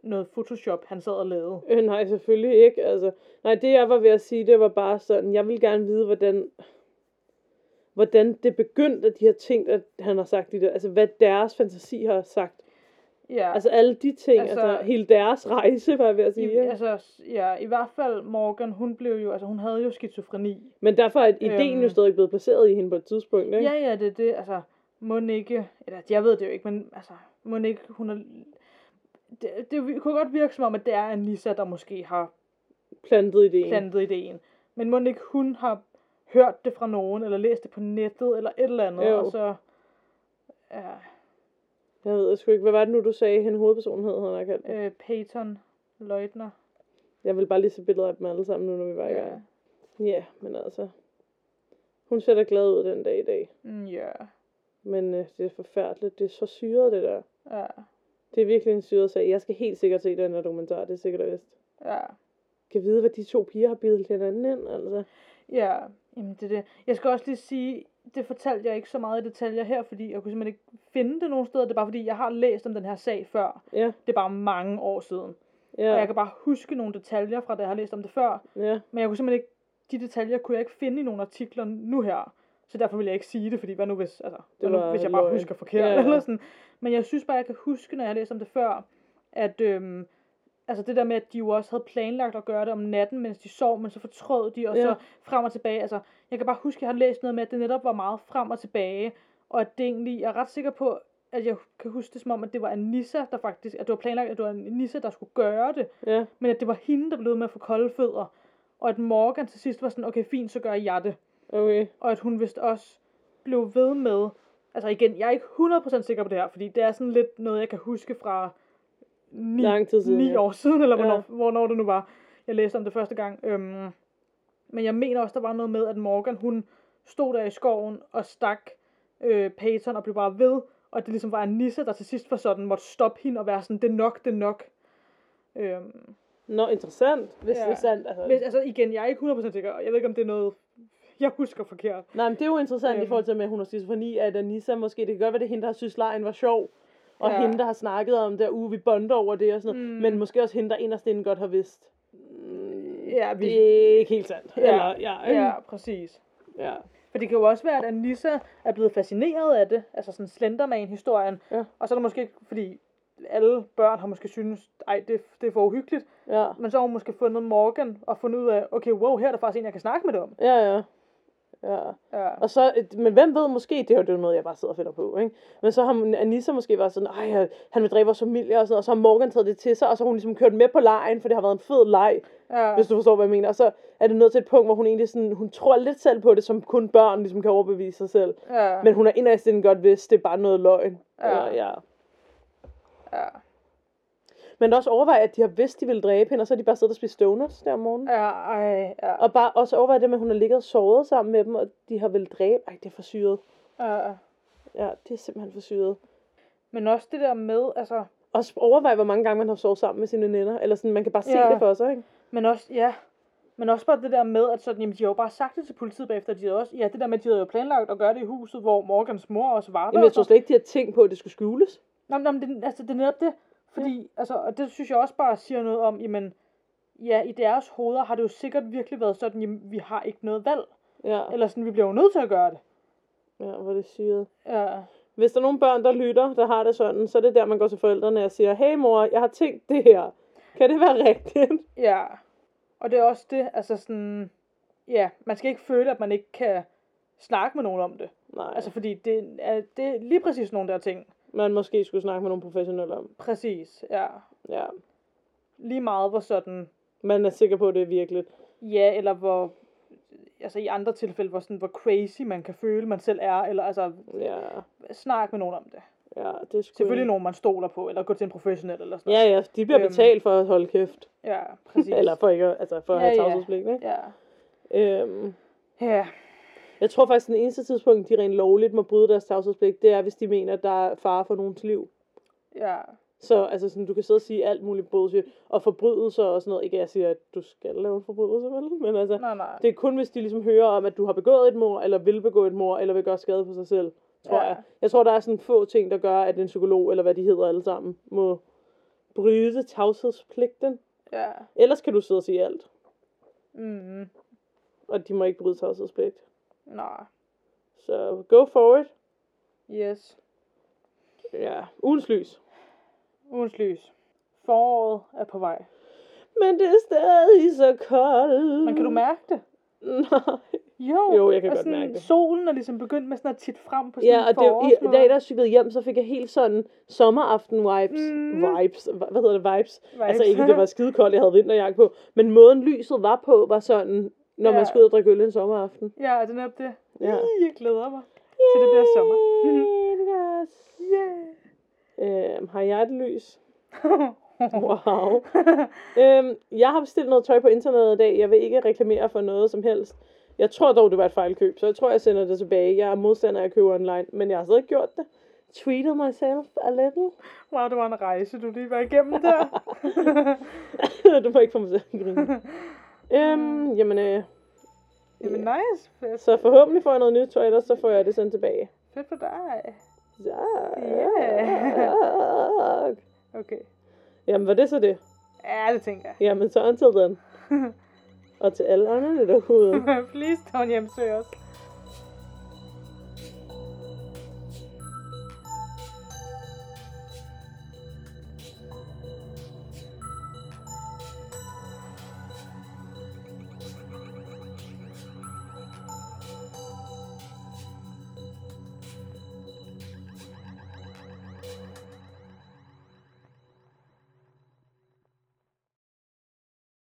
[SPEAKER 2] noget Photoshop, han sad og lavede.
[SPEAKER 1] Øh, nej, selvfølgelig ikke. Altså, nej, det jeg var ved at sige, det var bare sådan, jeg vil gerne vide, hvordan, hvordan det begyndte, at de har tænkt, at han har sagt det der. Altså, hvad deres fantasi har sagt.
[SPEAKER 2] Ja.
[SPEAKER 1] Altså, alle de ting, altså,
[SPEAKER 2] Altså-
[SPEAKER 1] altså hele deres rejse, var jeg ved at
[SPEAKER 2] I,
[SPEAKER 1] sige. Ja.
[SPEAKER 2] altså, s- ja, i hvert fald Morgan, hun blev jo, altså hun havde jo skizofreni.
[SPEAKER 1] Men derfor er ideen
[SPEAKER 2] Øhm.
[SPEAKER 1] jo stadig blevet placeret i hende på et tidspunkt, ikke?
[SPEAKER 2] Ja, ja, det er det, altså, må ikke, eller jeg ved det jo ikke, men altså, må ikke, hun er, det, det vi- kunne godt virke som om, at det er Anissa, der måske har
[SPEAKER 1] Plantet ideen.
[SPEAKER 2] plantet ideen. Men må ikke hun har hørt det fra nogen, eller læst det på nettet, eller et eller andet,
[SPEAKER 1] Jo.
[SPEAKER 2] og så, ja,
[SPEAKER 1] Jeg ved sgu ikke, hvad var det nu, du sagde, hende hovedpersonen hed, han har kaldt det.
[SPEAKER 2] øh, Peyton Leutner.
[SPEAKER 1] Jeg vil bare lige se billeder af dem alle sammen nu, når vi var i gang. Ja, men altså. Hun ser da glad ud den dag i dag.
[SPEAKER 2] Mm, Ja,
[SPEAKER 1] Men øh, det er forfærdeligt. Det er så syret, det der.
[SPEAKER 2] ja,
[SPEAKER 1] Det er virkelig en syret sag. Jeg skal helt sikkert se den her dokumentar, det er sikkert og vist.
[SPEAKER 2] ja.
[SPEAKER 1] Kan vide, hvad de to piger har bildet hinanden ind, altså.
[SPEAKER 2] Ja, jamen det er det. Jeg skal også lige sige, det fortalte jeg ikke så meget i detaljer her, fordi jeg kunne simpelthen ikke finde det nogen steder. Det er bare fordi, jeg har læst om den her sag før.
[SPEAKER 1] Ja,
[SPEAKER 2] Det er bare mange år siden. Ja. Og jeg
[SPEAKER 1] ja,
[SPEAKER 2] kan bare huske nogle detaljer fra, da jeg har læst om det før.
[SPEAKER 1] ja.
[SPEAKER 2] Men jeg kunne simpelthen ikke, de detaljer kunne jeg ikke finde i nogle artikler nu her. Så derfor vil jeg ikke sige det, fordi hvad nu hvis, altså, hvad nu,
[SPEAKER 1] var
[SPEAKER 2] hvis jeg bare
[SPEAKER 1] løgn.
[SPEAKER 2] husker forkert
[SPEAKER 1] Ja,
[SPEAKER 2] ja,
[SPEAKER 1] ja.
[SPEAKER 2] ja. eller sådan. Men jeg synes bare, jeg kan huske, når jeg læste om det før, at øhm, altså det der med, at de jo også havde planlagt at gøre det om natten, mens de sov, men så fortrød de, og
[SPEAKER 1] Ja.
[SPEAKER 2] så frem og tilbage. Altså, jeg kan bare huske, jeg har læst noget med, at det netop var meget frem og tilbage, og at det egentlig, jeg er ret sikker på, at jeg kan huske det som om, at det var Anissa, der faktisk, at det var planlagt, at det var Anissa, der skulle gøre det,
[SPEAKER 1] ja.
[SPEAKER 2] men at det var hende, der blev ved med at få kolde fødder. Og at Morgan til sidst var sådan, okay, fint, så gør jeg det.
[SPEAKER 1] Okay,
[SPEAKER 2] Og at hun vist også blev ved med Altså igen, jeg er ikke 100% sikker på det her, fordi det er sådan lidt noget, jeg kan huske fra 9,
[SPEAKER 1] Lang tid siden,
[SPEAKER 2] 9
[SPEAKER 1] ja.
[SPEAKER 2] år siden, eller
[SPEAKER 1] Ja.
[SPEAKER 2] hvornår, ja. hvornår det nu var, jeg læste om det første gang. Øhm, men jeg mener også, der var noget med, at Morgan, hun stod der i skoven og stak øh, Peyton og blev bare ved, og det ligesom var en nisse, der til sidst var sådan, måtte stoppe hende og være sådan, det er nok, det er nok. Øhm,
[SPEAKER 1] Nå, interessant, hvis
[SPEAKER 2] Ja.
[SPEAKER 1] det er sandt. Altså.
[SPEAKER 2] hvis, altså igen, jeg er ikke 100% sikker, og jeg ved ikke, om det er noget, jeg husker forkert.
[SPEAKER 1] Nej, men det er jo interessant øhm. i
[SPEAKER 2] Øhm.
[SPEAKER 1] forhold til, med, at hun har skizofreni, at Anissa måske, det kan godt være, det er hende, der har synes, lejen var sjov, og
[SPEAKER 2] Ja.
[SPEAKER 1] ja. hende, der har snakket om det, og uge, vi bonder over det og sådan noget,
[SPEAKER 2] Mm.
[SPEAKER 1] mm. men måske også hende, der inderst inden godt har vidst. Mm,
[SPEAKER 2] Ja, vi-
[SPEAKER 1] Det er ikke helt sandt.
[SPEAKER 2] Ja.
[SPEAKER 1] Eller, ja, ja.
[SPEAKER 2] Ja, præcis.
[SPEAKER 1] ja.
[SPEAKER 2] For det kan jo også være, at Anissa er blevet fascineret af det, altså sådan Slenderman-historien.
[SPEAKER 1] Ja.
[SPEAKER 2] Og så er det måske, fordi alle børn har måske synes, ej, det, det er for uhyggeligt.
[SPEAKER 1] ja.
[SPEAKER 2] Men så har hun måske fundet Morgan og fundet ud af, okay, wow, her er der faktisk en, jeg kan snakke med det om.
[SPEAKER 1] Ja, ja. Ja.
[SPEAKER 2] Ja.
[SPEAKER 1] Og så, et- men hvem ved måske, det er jo det er jo noget, jeg bare sidder og finder på, ikke? Men så har hun- Anissa måske været sådan, ej, øh, han vil dræbe vores familie og sådan noget, og så har Morgan taget det til sig, og så har hun ligesom kørt med på lejen, for det har været en fed leg,
[SPEAKER 2] ja.
[SPEAKER 1] hvis du forstår, hvad jeg mener. Og så er det nået til et punkt, hvor hun egentlig sådan, hun tror lidt selv på det, som kun børn ligesom kan overbevise sig selv.
[SPEAKER 2] ja.
[SPEAKER 1] Men hun er inderst inden godt vidst, det er bare noget løgn.
[SPEAKER 2] Ja.
[SPEAKER 1] Eller, ja.
[SPEAKER 2] ja.
[SPEAKER 1] Men også overvej, at de har vidst, de ville dræbe hende, og så har de bare siddet og spist donuts der om morgenen.
[SPEAKER 2] Ja, ej, ja.
[SPEAKER 1] Og bare også overvej det med, at hun har ligget og sovet sammen med dem, og de har vel dræbe. Ej, det er for syret.
[SPEAKER 2] ja.
[SPEAKER 1] Ja, det er simpelthen for syret.
[SPEAKER 2] Men også det der med, altså,
[SPEAKER 1] Også overvej, hvor mange gange man har sovet sammen med sine veninder. Eller sådan, man kan bare se
[SPEAKER 2] Ja.
[SPEAKER 1] ja. det for sig, ikke?
[SPEAKER 2] Men også, ja. Men også bare det der med, at sådan, jamen, de har jo bare sagt det til politiet bagefter, de havde også, ja, det der med, at de havde jo planlagt at gøre det i huset, hvor Morgans mor også var der.
[SPEAKER 1] Jamen, jeg tror slet ikke, de har tænkt på, at det skulle skjules.
[SPEAKER 2] Nå, men- nå, men det, altså, det er netop det. Fordi, ja. altså, og det synes jeg også bare siger noget om, jamen, ja, i deres hoveder har det jo sikkert virkelig været sådan, jamen, vi har ikke noget valg.
[SPEAKER 1] Ja,
[SPEAKER 2] Eller sådan, vi bliver jo nødt til at gøre det.
[SPEAKER 1] ja hvor det er syret.
[SPEAKER 2] Ja.
[SPEAKER 1] Hvis der er nogle børn, der lytter, der har det sådan, så er det der, man går til forældrene og siger, hey mor, jeg har tænkt det her. Kan det være rigtigt?
[SPEAKER 2] Ja. Og det er også det, altså sådan, ja, man skal ikke føle, at man ikke kan snakke med nogen om det.
[SPEAKER 1] Nej,
[SPEAKER 2] Altså,
[SPEAKER 1] altså,
[SPEAKER 2] fordi det er, det er lige præcis nogle der ting.
[SPEAKER 1] man måske skulle snakke med nogle professionelle om.
[SPEAKER 2] Præcis, ja.
[SPEAKER 1] Ja,
[SPEAKER 2] lige meget hvor sådan,
[SPEAKER 1] man er sikker på, at det er virkeligt.
[SPEAKER 2] ja, eller hvor, altså i andre tilfælde, hvor sådan, hvor crazy man kan føle, man selv er, eller altså,
[SPEAKER 1] Ja,
[SPEAKER 2] snak med nogen om det.
[SPEAKER 1] ja det er sgu...
[SPEAKER 2] Selvfølgelig nogen, man stoler på, eller gå til en professionel, eller sådan
[SPEAKER 1] Mm. Ja, ja, de bliver
[SPEAKER 2] Øhm.
[SPEAKER 1] betalt for at holde kæft.
[SPEAKER 2] noget. Ja, præcis.
[SPEAKER 1] Eller for ikke at, altså for at
[SPEAKER 2] Ja,
[SPEAKER 1] have
[SPEAKER 2] ja.
[SPEAKER 1] tavshedspligt, ikke?
[SPEAKER 2] Ja.
[SPEAKER 1] Øhm,
[SPEAKER 2] Ja.
[SPEAKER 1] jeg tror faktisk, at den eneste tidspunkt, de rent lovligt må bryde deres tavshedspligt, det er, hvis de mener, at der er fare for nogens liv.
[SPEAKER 2] Ja.
[SPEAKER 1] Så altså, sådan, du kan sidde og sige alt muligt bullshit, og forbrydelser og sådan noget. Ikke, at jeg siger, at du skal lave en forbrydelse, vel? Men altså,
[SPEAKER 2] Nej, nej.
[SPEAKER 1] Det er kun, hvis de ligesom hører om, at du har begået et mor, eller vil begå et mor, eller vil gøre skade på sig selv, tror
[SPEAKER 2] Ja.
[SPEAKER 1] ja. jeg. Jeg tror, der er sådan få ting, der gør, at en psykolog, eller hvad de hedder alle sammen, må bryde tavshedspligten.
[SPEAKER 2] Ja.
[SPEAKER 1] Ellers kan du sidde og sige alt,
[SPEAKER 2] Mm.
[SPEAKER 1] og de må ikke bryde tavshedspligt.
[SPEAKER 2] Nej.
[SPEAKER 1] Så go for it.
[SPEAKER 2] Yes.
[SPEAKER 1] Ja, ugens lys.
[SPEAKER 2] Ugens lys. Foråret er på vej.
[SPEAKER 1] Men det er stadig så koldt.
[SPEAKER 2] Men kan du mærke det?
[SPEAKER 1] Nej.
[SPEAKER 2] Jo,
[SPEAKER 1] Jo, jeg kan
[SPEAKER 2] og
[SPEAKER 1] godt
[SPEAKER 2] sådan,
[SPEAKER 1] mærke det.
[SPEAKER 2] Solen er ligesom begyndt med sådan at titte frem på sådan
[SPEAKER 1] Ja, og det, i,
[SPEAKER 2] forårsmåder.
[SPEAKER 1] da jeg der cyklede hjem, så fik jeg helt sådan sommeraften-vibes.
[SPEAKER 2] Mm.
[SPEAKER 1] Mm. Vibes. Hva- Hvad hedder det? Vibes. Altså
[SPEAKER 2] Vibes.
[SPEAKER 1] ikke, det var skide koldt, jeg havde vinterjakke på. Men måden lyset var på, var sådan, når
[SPEAKER 2] Ja.
[SPEAKER 1] man skulle ud og drikke øl en sommeraften.
[SPEAKER 2] Ja, det er netop det.
[SPEAKER 1] Ja.
[SPEAKER 2] Ih, Jeg glæder mig. Til det bliver sommer. Yeah.
[SPEAKER 1] øhm, har jeg et lys? Wow. øhm, jeg har bestilt noget tøj på internettet i dag. Jeg vil ikke reklamere for noget som helst. Jeg tror dog, det var et fejlkøb, så jeg tror, jeg sender det tilbage. Jeg er modstander af at købe online, men jeg har stadig gjort det. Tweeted myself a little.
[SPEAKER 2] wow, det var en rejse, du lige var igennem der.
[SPEAKER 1] du må ikke få mig til at grine. øhm, jamen, øh,
[SPEAKER 2] Jamen nice. Fedt,
[SPEAKER 1] så forhåbentlig får jeg noget nyt tøj, ellers så får jeg det sendt tilbage.
[SPEAKER 2] fedt for dig.
[SPEAKER 1] Ja.
[SPEAKER 2] Ja. Okay.
[SPEAKER 1] Jamen, var det så det?
[SPEAKER 2] Ja, det tænker jeg.
[SPEAKER 1] Jamen, så until then. Og til alle andre derude.
[SPEAKER 2] Please don't hjemsøge os.